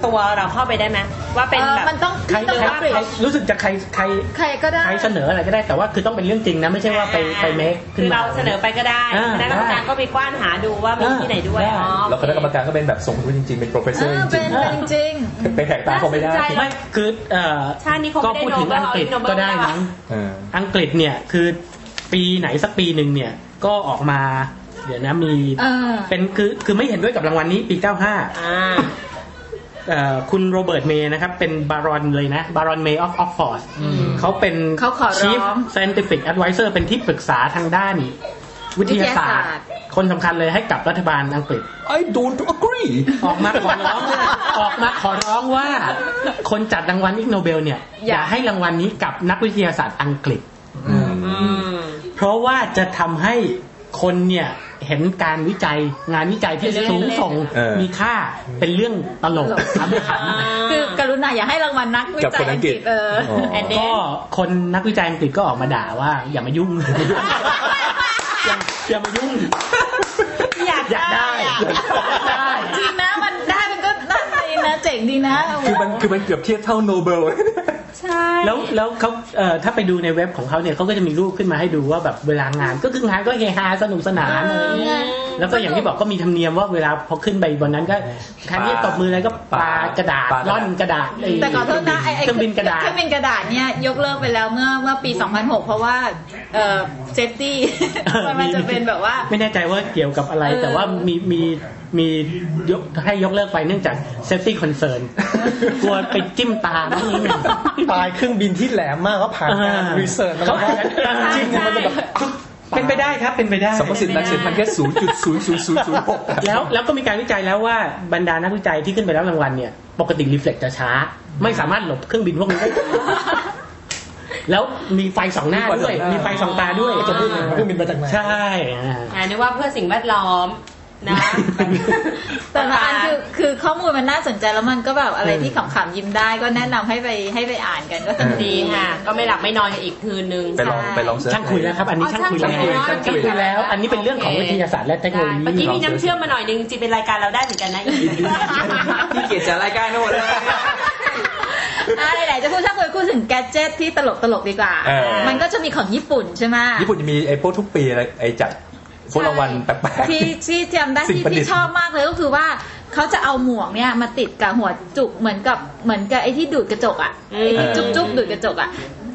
Speaker 8: ตัวเราเข้าไปได้ไหมว่าเป็น
Speaker 2: เอ่อ
Speaker 8: แบบ
Speaker 2: มันต้อง
Speaker 4: ใคร
Speaker 2: ต้อง
Speaker 4: ใคร
Speaker 2: รับ
Speaker 4: ใครใครรู้สึกจะใครใคร
Speaker 2: ใครก็ได้
Speaker 4: ใครเสนออะไรก็ได้แต่ว่าคือต้องเป็นเรื่องจริงนะ ไม่ใช่ว่าไปไปเมคขึ้
Speaker 8: คื
Speaker 4: น
Speaker 8: อ
Speaker 4: มา
Speaker 8: เราเสนอไปก็ได้
Speaker 4: อ่า
Speaker 8: คณะกรรมการก็ไปกว้านหาดูว่ามี
Speaker 4: อ่า
Speaker 8: ที่ไหนด้วย
Speaker 4: ได้
Speaker 8: อ๋อ
Speaker 3: แล้วคณะกรรมการก็เป็นแบบส่งคนรู้จริงๆ เป็น
Speaker 2: เอ
Speaker 3: professor
Speaker 2: อ
Speaker 3: จ
Speaker 2: เป็
Speaker 3: ริ
Speaker 2: น
Speaker 3: ง
Speaker 2: เป็นจริง
Speaker 3: ๆเป็นแขกตาเขาไม่ได้
Speaker 4: ไม่คือเอ่อ
Speaker 8: ชาตินี้คง
Speaker 4: ก็
Speaker 8: ไม่ได้
Speaker 4: พูด
Speaker 8: โน
Speaker 4: ถึง
Speaker 8: เบ
Speaker 4: อั
Speaker 8: ล
Speaker 4: งกฤษ
Speaker 8: โนเบล
Speaker 4: ก็ได้มั้ง
Speaker 3: เออ
Speaker 4: อังกฤษเนี่ยคือปีไหนสักปีหนึ่งเนี่ยก็ออกมา เดี๋ยวนะมี
Speaker 2: เออ
Speaker 4: เป็นคือคือไม่เห็นด้วยกับรางวัลนี้ปี 95
Speaker 8: อ่า
Speaker 4: เอ่อคุณโรเบิร์ตเมย์นะครับ เป็นบารอนเลยนะบารอนเมย์ออฟออฟฟอร์ดเขาเป็น
Speaker 2: เขาขอร้อง
Speaker 4: ชีฟ scientific advisor เป็นที่ปรึกษาทางด้าน วิทยาศาส
Speaker 2: วิทยาศาสต
Speaker 4: ต
Speaker 2: ร์
Speaker 4: ร์ คนสำคัญเลยให้กับรัฐบาลอังกฤษ
Speaker 7: I don't agree
Speaker 4: ออกมาขอร้อง ออกมาขอร้องว่า คนจัดรางวัลอิกโนเบลเนี่ย อย่าให้รางวัลนี้กับนักวิทยาศาสตร์อังกฤษ
Speaker 3: อืม
Speaker 8: อืม
Speaker 4: เพราะว่าจะทำให้คนเนี่ยเห็นการวิจัยงานวิจัยที่สูงส่ง
Speaker 3: เออ
Speaker 4: มีค่าเป็นเรื่องตลกขำๆ
Speaker 2: คือกรุณาอย่าให้รางวัลนักวิ
Speaker 3: กับ
Speaker 2: จัย
Speaker 3: คนอั
Speaker 2: อั
Speaker 3: ง
Speaker 2: ง
Speaker 3: ก
Speaker 2: ก
Speaker 3: ฤ
Speaker 2: ฤ
Speaker 3: ษ
Speaker 2: ษเออ
Speaker 3: อ๋ออั
Speaker 2: อันนี้
Speaker 4: ก็คนนักวิจัยอังกฤษก็ออกมาด่าว่า อย่ามายุ่ง อย่าอย่ามายุ่ง
Speaker 8: อยาก
Speaker 4: อยากได้
Speaker 2: ได้ จริงนะมันได้มันก็น่าดีนะเจ๋งดีนะ
Speaker 3: คือมันคือมันเกือบเทียบเท่าโนเบล
Speaker 2: ใช่
Speaker 4: แล้วแล้วเขาเอ่อถ้าไปดูในเว็บของเขาเนี่ยเขาก็จะมีรูปขึ้นมาให้ดูว่าแบบเวลางานก็คืองานก็เฮฮาสนุกสนานอะไรเงี้ยแล้วก็อย่างที่บอกก็มีธรรมเนียมว่าเวลาพอขึ้นไปบนนั้นก็แทนที่จะตบมืออะไรก็ปากระดาษ
Speaker 3: ปากระดาษ
Speaker 4: ร่อนกระดาษไ
Speaker 2: แต่ขอโทษนะไอ้ไอ้
Speaker 4: เครื่องบินกระดาษ
Speaker 2: เครื่องบินกระดาษเนี่ยยกเลิกไปแล้วเมื่อเมื่อปี 2006 เพราะว่าเอ่อเซฟ <laughs> ตี้ มันจะเป็นแบบว่า
Speaker 4: ไม่แน่ใจว่าเกี่ยวกับอะไร
Speaker 2: เออ
Speaker 4: แต่ว่ามีมีมียกให้ยกเลิกไปเนื่องจาก safety
Speaker 2: <laughs>
Speaker 4: concern กลัวไปจิ้มตาน้องนิดหนึ่ง
Speaker 7: ปลายเครื่องบินที่แหลมมากก็ผ่านการรีเสิร์ชมาแล้วนะจริงๆมันจะแบบ
Speaker 4: เป็นไปได้ครับเป็นไปได้
Speaker 3: สมมติสิทธิ์รังสิตมันแค่ศูนย์จุดศูนย์ศูนย์ศูนย์ศูนย์หก
Speaker 4: แล้วแล้วก็มีการวิจัยแล้วว่าบรรดานักวิจัยที่ขึ้นไปรับรางวัลเนี่ย ปกติรีเฟล็กจะช้า ไม่สามารถหลบเครื่องบินพวกนี้ได้ <laughs> แล้วมีไฟสองหน้าด้วย มีไฟสองตาด้วย
Speaker 7: จะพูดเลยว่าเครื่องบินมาจากไหน
Speaker 4: ใช่อ่า
Speaker 8: อ่านึกว่าเพื่อสิ่งแวดล้อม
Speaker 4: <laughs>
Speaker 8: นะ
Speaker 2: แต่ละอันคือคือข้อมูลมันน่าสนใจแล้วมันก็แบบอะไรที่ขำๆยิ้มได้ก็แนะนำให้ไปให้ไปอ่านกันก็สนุก
Speaker 8: ดี
Speaker 2: ดี
Speaker 8: ค่ะ
Speaker 2: ค่ะ
Speaker 8: ก็ไม่หลับไม่นอนกันอีกคืนนึง
Speaker 3: ไปลองไปลองเสิร์ช
Speaker 4: ช่างคุยแล้วครับ อันนี้
Speaker 2: อ๋อ
Speaker 4: ช่างคุยแล้ว
Speaker 2: ช่างคุยแล้ว
Speaker 4: ช่างคุยแล้ว อันนี้เป็นเรื่องของ
Speaker 8: โอเค
Speaker 4: วิทยาศาสตร์และเทคโนโล
Speaker 8: ได้
Speaker 4: ยี
Speaker 8: เมื่อกี้มีน้ำเชื่อมมาหน่อยนึงจริงๆเป็นรายการเราได้เหมือนกัน
Speaker 4: <laughs>
Speaker 8: นะ
Speaker 5: ที่เกียรติจัดรายการทั้งหมดเลย
Speaker 2: อ่ะไหนๆจะพูดช่างคุยพูดถึงแกดเจิตที่ตลกตลกๆดีกว่า
Speaker 3: เออ
Speaker 2: มันก็จะมีของญี่ปุ่นใช่ไหม
Speaker 3: ญี่ปุ่นจะมีไอ้พวกทุกปีอะไรไอ้จัดพวกรางวัลแปลก
Speaker 2: ที่ที่จำได้
Speaker 3: สิ่ง
Speaker 2: ที่
Speaker 3: ประดิษฐ์
Speaker 2: ที่ชอบมากเลยก็คือว่าเขาจะเอาหมวกเนี่ยมาติดกับหัวจุกเหมือนกับเหมือนกับไอ้ที่ดูดกระจกอ่ะไอ้ที่จุ๊บจุ๊บดูดกระจกอ่ะ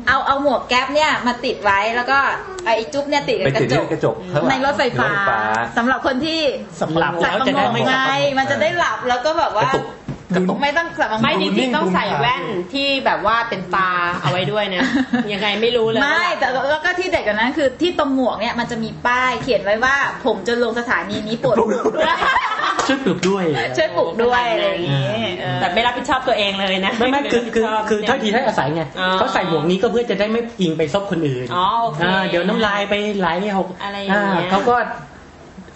Speaker 2: เอาเอาหมวกแก๊ปเนี่ยมาติดไว้แล้วก็ไอ้จุ๊บเนี่ยติดกับ
Speaker 3: ไปติดที่
Speaker 2: ก
Speaker 3: ก
Speaker 2: ระ
Speaker 3: ระ
Speaker 2: จ
Speaker 3: จ
Speaker 2: ก
Speaker 3: กข้างหลัง
Speaker 2: ในรถไฟฟ้า
Speaker 3: ในรถไฟฟ้า
Speaker 2: สำหรับคนที่
Speaker 4: สำหรับ
Speaker 2: สั
Speaker 4: แล้
Speaker 2: บ
Speaker 4: ว
Speaker 2: ประ
Speaker 4: จะ
Speaker 2: ม
Speaker 4: ได้
Speaker 2: ง
Speaker 4: ไม่
Speaker 2: ไงมันจะได้หลับแล้วก็แบบว่าก
Speaker 3: ระตุก
Speaker 2: ไม่ต้องกลับมา
Speaker 8: ไม่จริงๆต้องใส่แว่นที่แบบว่าเป็นตาเอาไว้ด้วยนะ ยังไงไม่รู้เลย
Speaker 2: ไม่แต่แล้วก็ที่เด็ดกว่านั้นคือที่ตรงหมวกเนี่ยมันจะมีป้ายเขียนไว้ว่า ผมจะลงสถานีนี้โปรด
Speaker 4: ช่วยปลุกด้วย
Speaker 2: ช่วยปลูกด้วยอะไรอย่างนี้เออ
Speaker 8: แต่ไม่รับผิดชอบตัวเองเลยนะ
Speaker 4: ไม่ไม่คือคือคือเท่าทีเท่าอาศัยไง
Speaker 8: อ๋อ
Speaker 4: เขาใส่หมวกนี้ก็เพื่อจะได้ไม่อิงไปซบคนอื่น
Speaker 8: อ๋อโอเค
Speaker 4: าเดี๋ยวน้ำลายไปไหลหก
Speaker 8: อะไรอย่างเงี้ย
Speaker 4: าเขาก็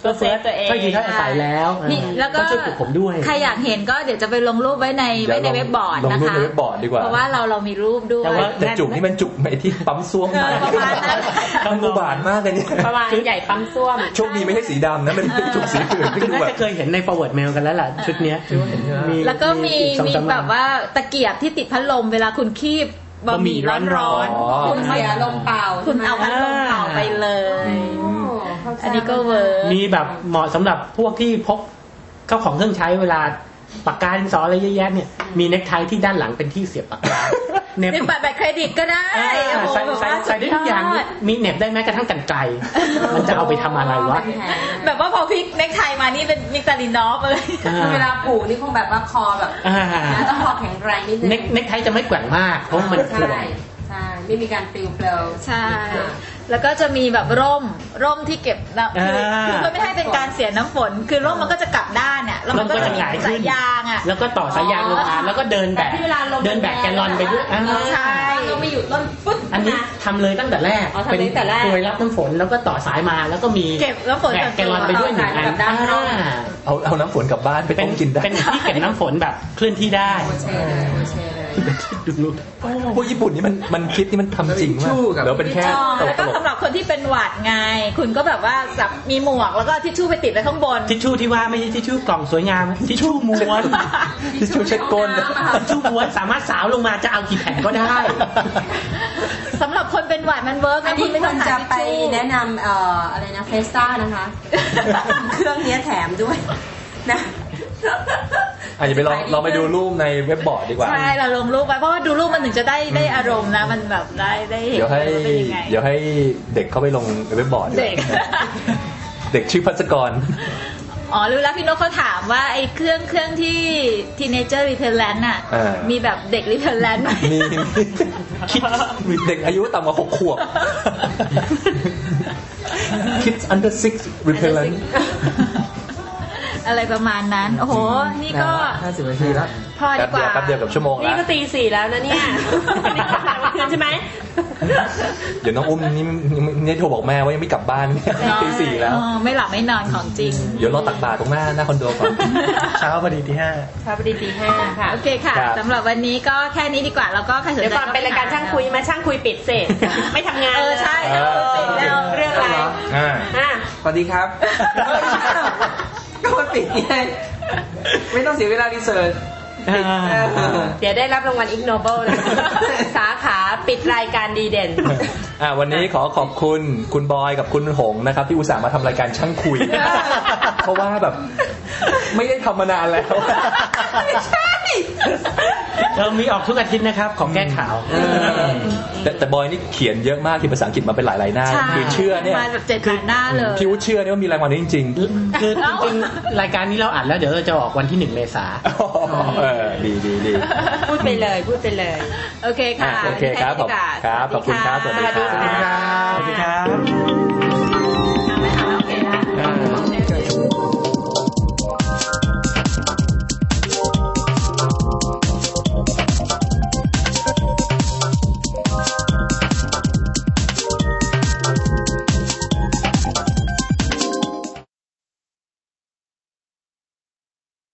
Speaker 8: ก็เซฟตัวเอง
Speaker 4: เท่าทีเท่าอาศัยแล้ว
Speaker 2: นี่แล้วก็
Speaker 4: ก็ช่วยปลุกผมด้วย
Speaker 2: ใครอยากเห็นก็เดี๋ยวจะไปลงรูปไว้ใน
Speaker 3: เดี๋
Speaker 2: ไว้
Speaker 3: ยว
Speaker 2: ในเว็บบอร์ด
Speaker 3: ลง
Speaker 2: นะ
Speaker 3: รูป
Speaker 2: คะ
Speaker 3: ในเว็บบอร์ดดีกว่า
Speaker 2: เพราะว่าเราเรามีรูปด้ว
Speaker 4: แต่
Speaker 2: ย
Speaker 4: ว่า
Speaker 3: แต่จุกนี่มันจุกไปที่ปั๊มซ่วม
Speaker 2: เอ
Speaker 3: มา
Speaker 2: อประมาณนั้น
Speaker 3: มันอุบาทมากเลยเนี่ย
Speaker 8: ประมาณใหญ่ปั๊มส้วม
Speaker 3: โชคดีไม่ใช่สีดำนะมันเป็นจุกสีอื่นที่
Speaker 4: คื
Speaker 3: ดู
Speaker 4: อน่า
Speaker 3: แบบ
Speaker 4: จะเคยเห็นใน forward mail กันแล้วล่ะชุดเนี้ย
Speaker 2: แล้วก็มี
Speaker 4: อีสอง
Speaker 2: มี
Speaker 4: สาอัน
Speaker 2: แบบว่าตะเกียบที่ติดพัดลมเวลาคุณคีบบะหมี่ร้อนร้อน
Speaker 3: อ๋อ
Speaker 2: ๆคุณเสียลมเป่า คุณเอาพัดลมเป่าไปเลย อันนี้ก็เวิร์ก
Speaker 4: มีแบบเหมาะสำหรับพวกที่พกเข้าของเครื่องใช้เวลาปากกาดินสออะไรเยอะแยะเนี่ยมีเน็กไทที่ด้านหลังเป็นที่เสียบปากกาเหน็บ
Speaker 2: นี่บัตรเครดิตก็ได้
Speaker 4: อ่า
Speaker 2: โอ้โห
Speaker 4: ใส่
Speaker 2: แบบ
Speaker 4: ใส่
Speaker 2: ว่า
Speaker 4: ใส่ได้ทุกอย่าง
Speaker 2: สุดด
Speaker 4: มีเหน็บได้แม้กระทั่ง
Speaker 2: <laughs>
Speaker 4: กันไกลมันจะเอาไปทำอะไรวะ
Speaker 2: แบบว่าพอพลิกเน็กไทมานี่เป็นมิกตาลินอฟเลย
Speaker 4: อ่า
Speaker 6: เวลาผูกนี่คงแบบว่าคอแบบ
Speaker 4: อ่า
Speaker 6: ต้องคอแข็งแรงนิดนึง
Speaker 4: เน็กเน็กไทจะไม่แกว่งมากเพราะมันกลัว
Speaker 6: ใช่ใช่ไม่มีการปลิวเปลว
Speaker 2: ใช่ แล้วก็จะมีแบบร่ม ร่มที่เก็บน้ำคืออา คือเพื่อไม่ให้เป็นการเสียน้ำฝน คือร่มมันก็จะกลับด้านเนี่ยแล้วมันก็
Speaker 4: มันก็
Speaker 2: จะ
Speaker 4: จะ
Speaker 2: มี
Speaker 4: หงายขึ้น
Speaker 2: สายยางอ่ะ
Speaker 4: แล้วก็ต่อสายยางลงมาแล้วก็เดินแบก
Speaker 6: แต่ที่เวลาลม
Speaker 4: เดินแบกแกลลอนไปด้วยอ่า
Speaker 2: ใช่
Speaker 6: ก็ไม่อยู่ต้นปุ๊บ
Speaker 4: อันนี้ทำเลยตั้งแต่แรก
Speaker 6: อ๋อทำเลยตั้งแต่แรก
Speaker 4: กลวยรับน้ำฝนแล้วก็ต่อสายมาแล้วก็มี
Speaker 2: เก็บแล้วฝน
Speaker 4: แบ
Speaker 2: จาก ก
Speaker 4: แกลลอนไปด้วยหนึ่งอัน
Speaker 6: ต่อสายกับด้านนอก
Speaker 4: อ่า
Speaker 3: เอาเอาน้ำฝนกลับบ้านไป
Speaker 4: เป็
Speaker 3: ต้
Speaker 4: น
Speaker 3: มกินได้
Speaker 4: เป็นที่เก็บน้ำฝนแบบเคลื่อนที่ได้
Speaker 6: เชเลยเชเลย
Speaker 4: ดูรูป
Speaker 3: พวกญี่ปุ่นนี่มันมันคิดนี่มันทำจริงมา
Speaker 5: ชู้กั
Speaker 3: ก
Speaker 5: บ
Speaker 3: แล้วเป็นแค่ตล
Speaker 2: แล้ว
Speaker 3: ก
Speaker 2: ก็สำหรับคนที่เป็นหวัดไง คุณก็แบบว่าสับมีหมวกแล้วก็ทิชชู่ไปติดไว้ข้าง
Speaker 4: <laughs>
Speaker 2: บน
Speaker 4: ทิชชู่ที่ว่าไม่ใช่ทิชชู่กล่องสวยงามทิชชู่ม้วน
Speaker 3: ๆ <laughs> ที่ชูเช็ดก้น
Speaker 4: ทิชชู่ม้วนสามารถสาวลงมาจะเอากี่แผ่นก็
Speaker 3: <laughs>
Speaker 4: ได้
Speaker 2: สำหรับคนเป็นหวัดมันเวิร์ก
Speaker 6: อั
Speaker 2: นะ
Speaker 6: น
Speaker 2: คุ
Speaker 6: นี้
Speaker 2: ณไม่
Speaker 6: ค
Speaker 2: ต้
Speaker 6: ว
Speaker 2: อ
Speaker 6: รง
Speaker 2: หา
Speaker 6: จะ
Speaker 2: ทิช
Speaker 6: ไป
Speaker 2: ชู่
Speaker 6: แนะนำเอ่ออะไรนะเฟสต้านะคะ เครื่องเนี้ยแถมด้วยนะ
Speaker 3: อาจจะไปลองลองไปดูรูปในเว็บบอร์ดดีกว่า
Speaker 2: ใช่เราลงรูปไว้เพราะว่าดูรูปมันถึงจะได้ได้อารมณ์นะ มันแบบได้ได้เห็น
Speaker 3: เดี๋ยวให้
Speaker 2: ว่าเป็นยังไง
Speaker 4: <laughs>
Speaker 3: เดี๋ยวให้เด็กเข้าไปลงในเว็บบอร์ดดีกว่า
Speaker 2: เด็ก
Speaker 3: เด็กชื่อพัศกร
Speaker 2: อ๋อรู้แล้วพี่นกเขาถามว่าไอ้เครื่องเครื่องที่ teenager repellent น่ะ
Speaker 3: อ่า
Speaker 2: มี
Speaker 3: มี
Speaker 2: แบบเด็ก repellent ไหม
Speaker 3: มีมีเด็กอายุต่ำกว่าหกข <laughs> วบ kids under six repellent
Speaker 2: <laughs> อะไรประมาณนั้น โอ้โห นี่ก็
Speaker 5: ห้าสิบนาทีแล้ว
Speaker 2: พอดี
Speaker 3: แป๊บ
Speaker 2: กว่า
Speaker 3: เดียวแป๊บเดียวกับชั่วโมง
Speaker 8: นี่
Speaker 3: ละ
Speaker 8: ก็ตีสี่แล้วนะ
Speaker 3: <laughs>
Speaker 8: เนี่ยนี่ก็ผ่านวันคืนใช่ไหม
Speaker 3: เดี๋ยวน้องอุ้มนี่นี่โทรบอกแม่ว่ายังไม่กลับบ้ <laughs> านตีสี่แล้ว
Speaker 2: เออไม่หลับไม่นอนของจริง
Speaker 3: เดี๋ยวรอตักบาตรตรงหน้าหน้าคอนโดก่อน
Speaker 7: เช้าพอดีที่ห้า
Speaker 8: ชาบดีตีห้าค่ะ
Speaker 2: โอเคค่ะ
Speaker 3: ครับ
Speaker 2: สำหรับวันนี้ก็แค่นี้ดีกว่า แล้วก็ใครสนใจ
Speaker 8: เดี๋ยวก่อนเป็นรายการช่างคุยมาช่างคุยปิดเสร็จ ไม่ทำงาน
Speaker 2: เออ ใช่ช่างคุยเสร็จ
Speaker 8: แล้
Speaker 2: แล้ว ว
Speaker 8: เรื่องอะไร
Speaker 3: อ่า
Speaker 8: อ่ะ
Speaker 5: สวัสดีครับ <laughs> ก็มันปิดไงไม่ต้องเสียเวลารีเสิร์ช
Speaker 4: อ่า
Speaker 5: เออ
Speaker 8: เดี๋ยวได้รับรางวัลอิกโนเบิลนะ
Speaker 2: <laughs>
Speaker 8: สาขาปิดรายการดีเด่น
Speaker 3: อ่าวันนี้ขอขอบคุณคุณบอยกับคุณหงนะครับ ที่อุตส่าห์มาทำรายการช่าง <laughs> คุย เพราะว่าแบบไม่ได้ทำมานานแล้ว
Speaker 4: เรามีออกทุกอาทิตย์นะครับ ของแก้ข่าว
Speaker 3: แต่แต่บอยนี่เขียนเยอะมากที่ภาษาอังกฤษมาเป็นหลายๆหน้า
Speaker 2: ใช่
Speaker 3: คือเชื่อเนี่ย
Speaker 2: มาแบบเจ็ดแปดหน้าเลย
Speaker 3: พี่วุฒิเชื่อเนี่ยว่ามีรางวัลนี้จริง
Speaker 4: คือจริงๆ รายการนี้เราอัดแล้วเดี๋ยวเราจะออกวันที่หนึ่งเมษา
Speaker 3: ๆเออดีดีดี
Speaker 8: พูดไปเลยพูดไปเลย
Speaker 2: โอเคค่ะ
Speaker 3: อ่ะโอเคครับ
Speaker 2: แนี้ดีกว่า
Speaker 3: ครับขอบคุณครับ
Speaker 2: สวัส
Speaker 3: สวั
Speaker 2: ดี
Speaker 3: สดีครับ
Speaker 2: ค่ะ
Speaker 4: สวัสดีครับ
Speaker 3: อ่า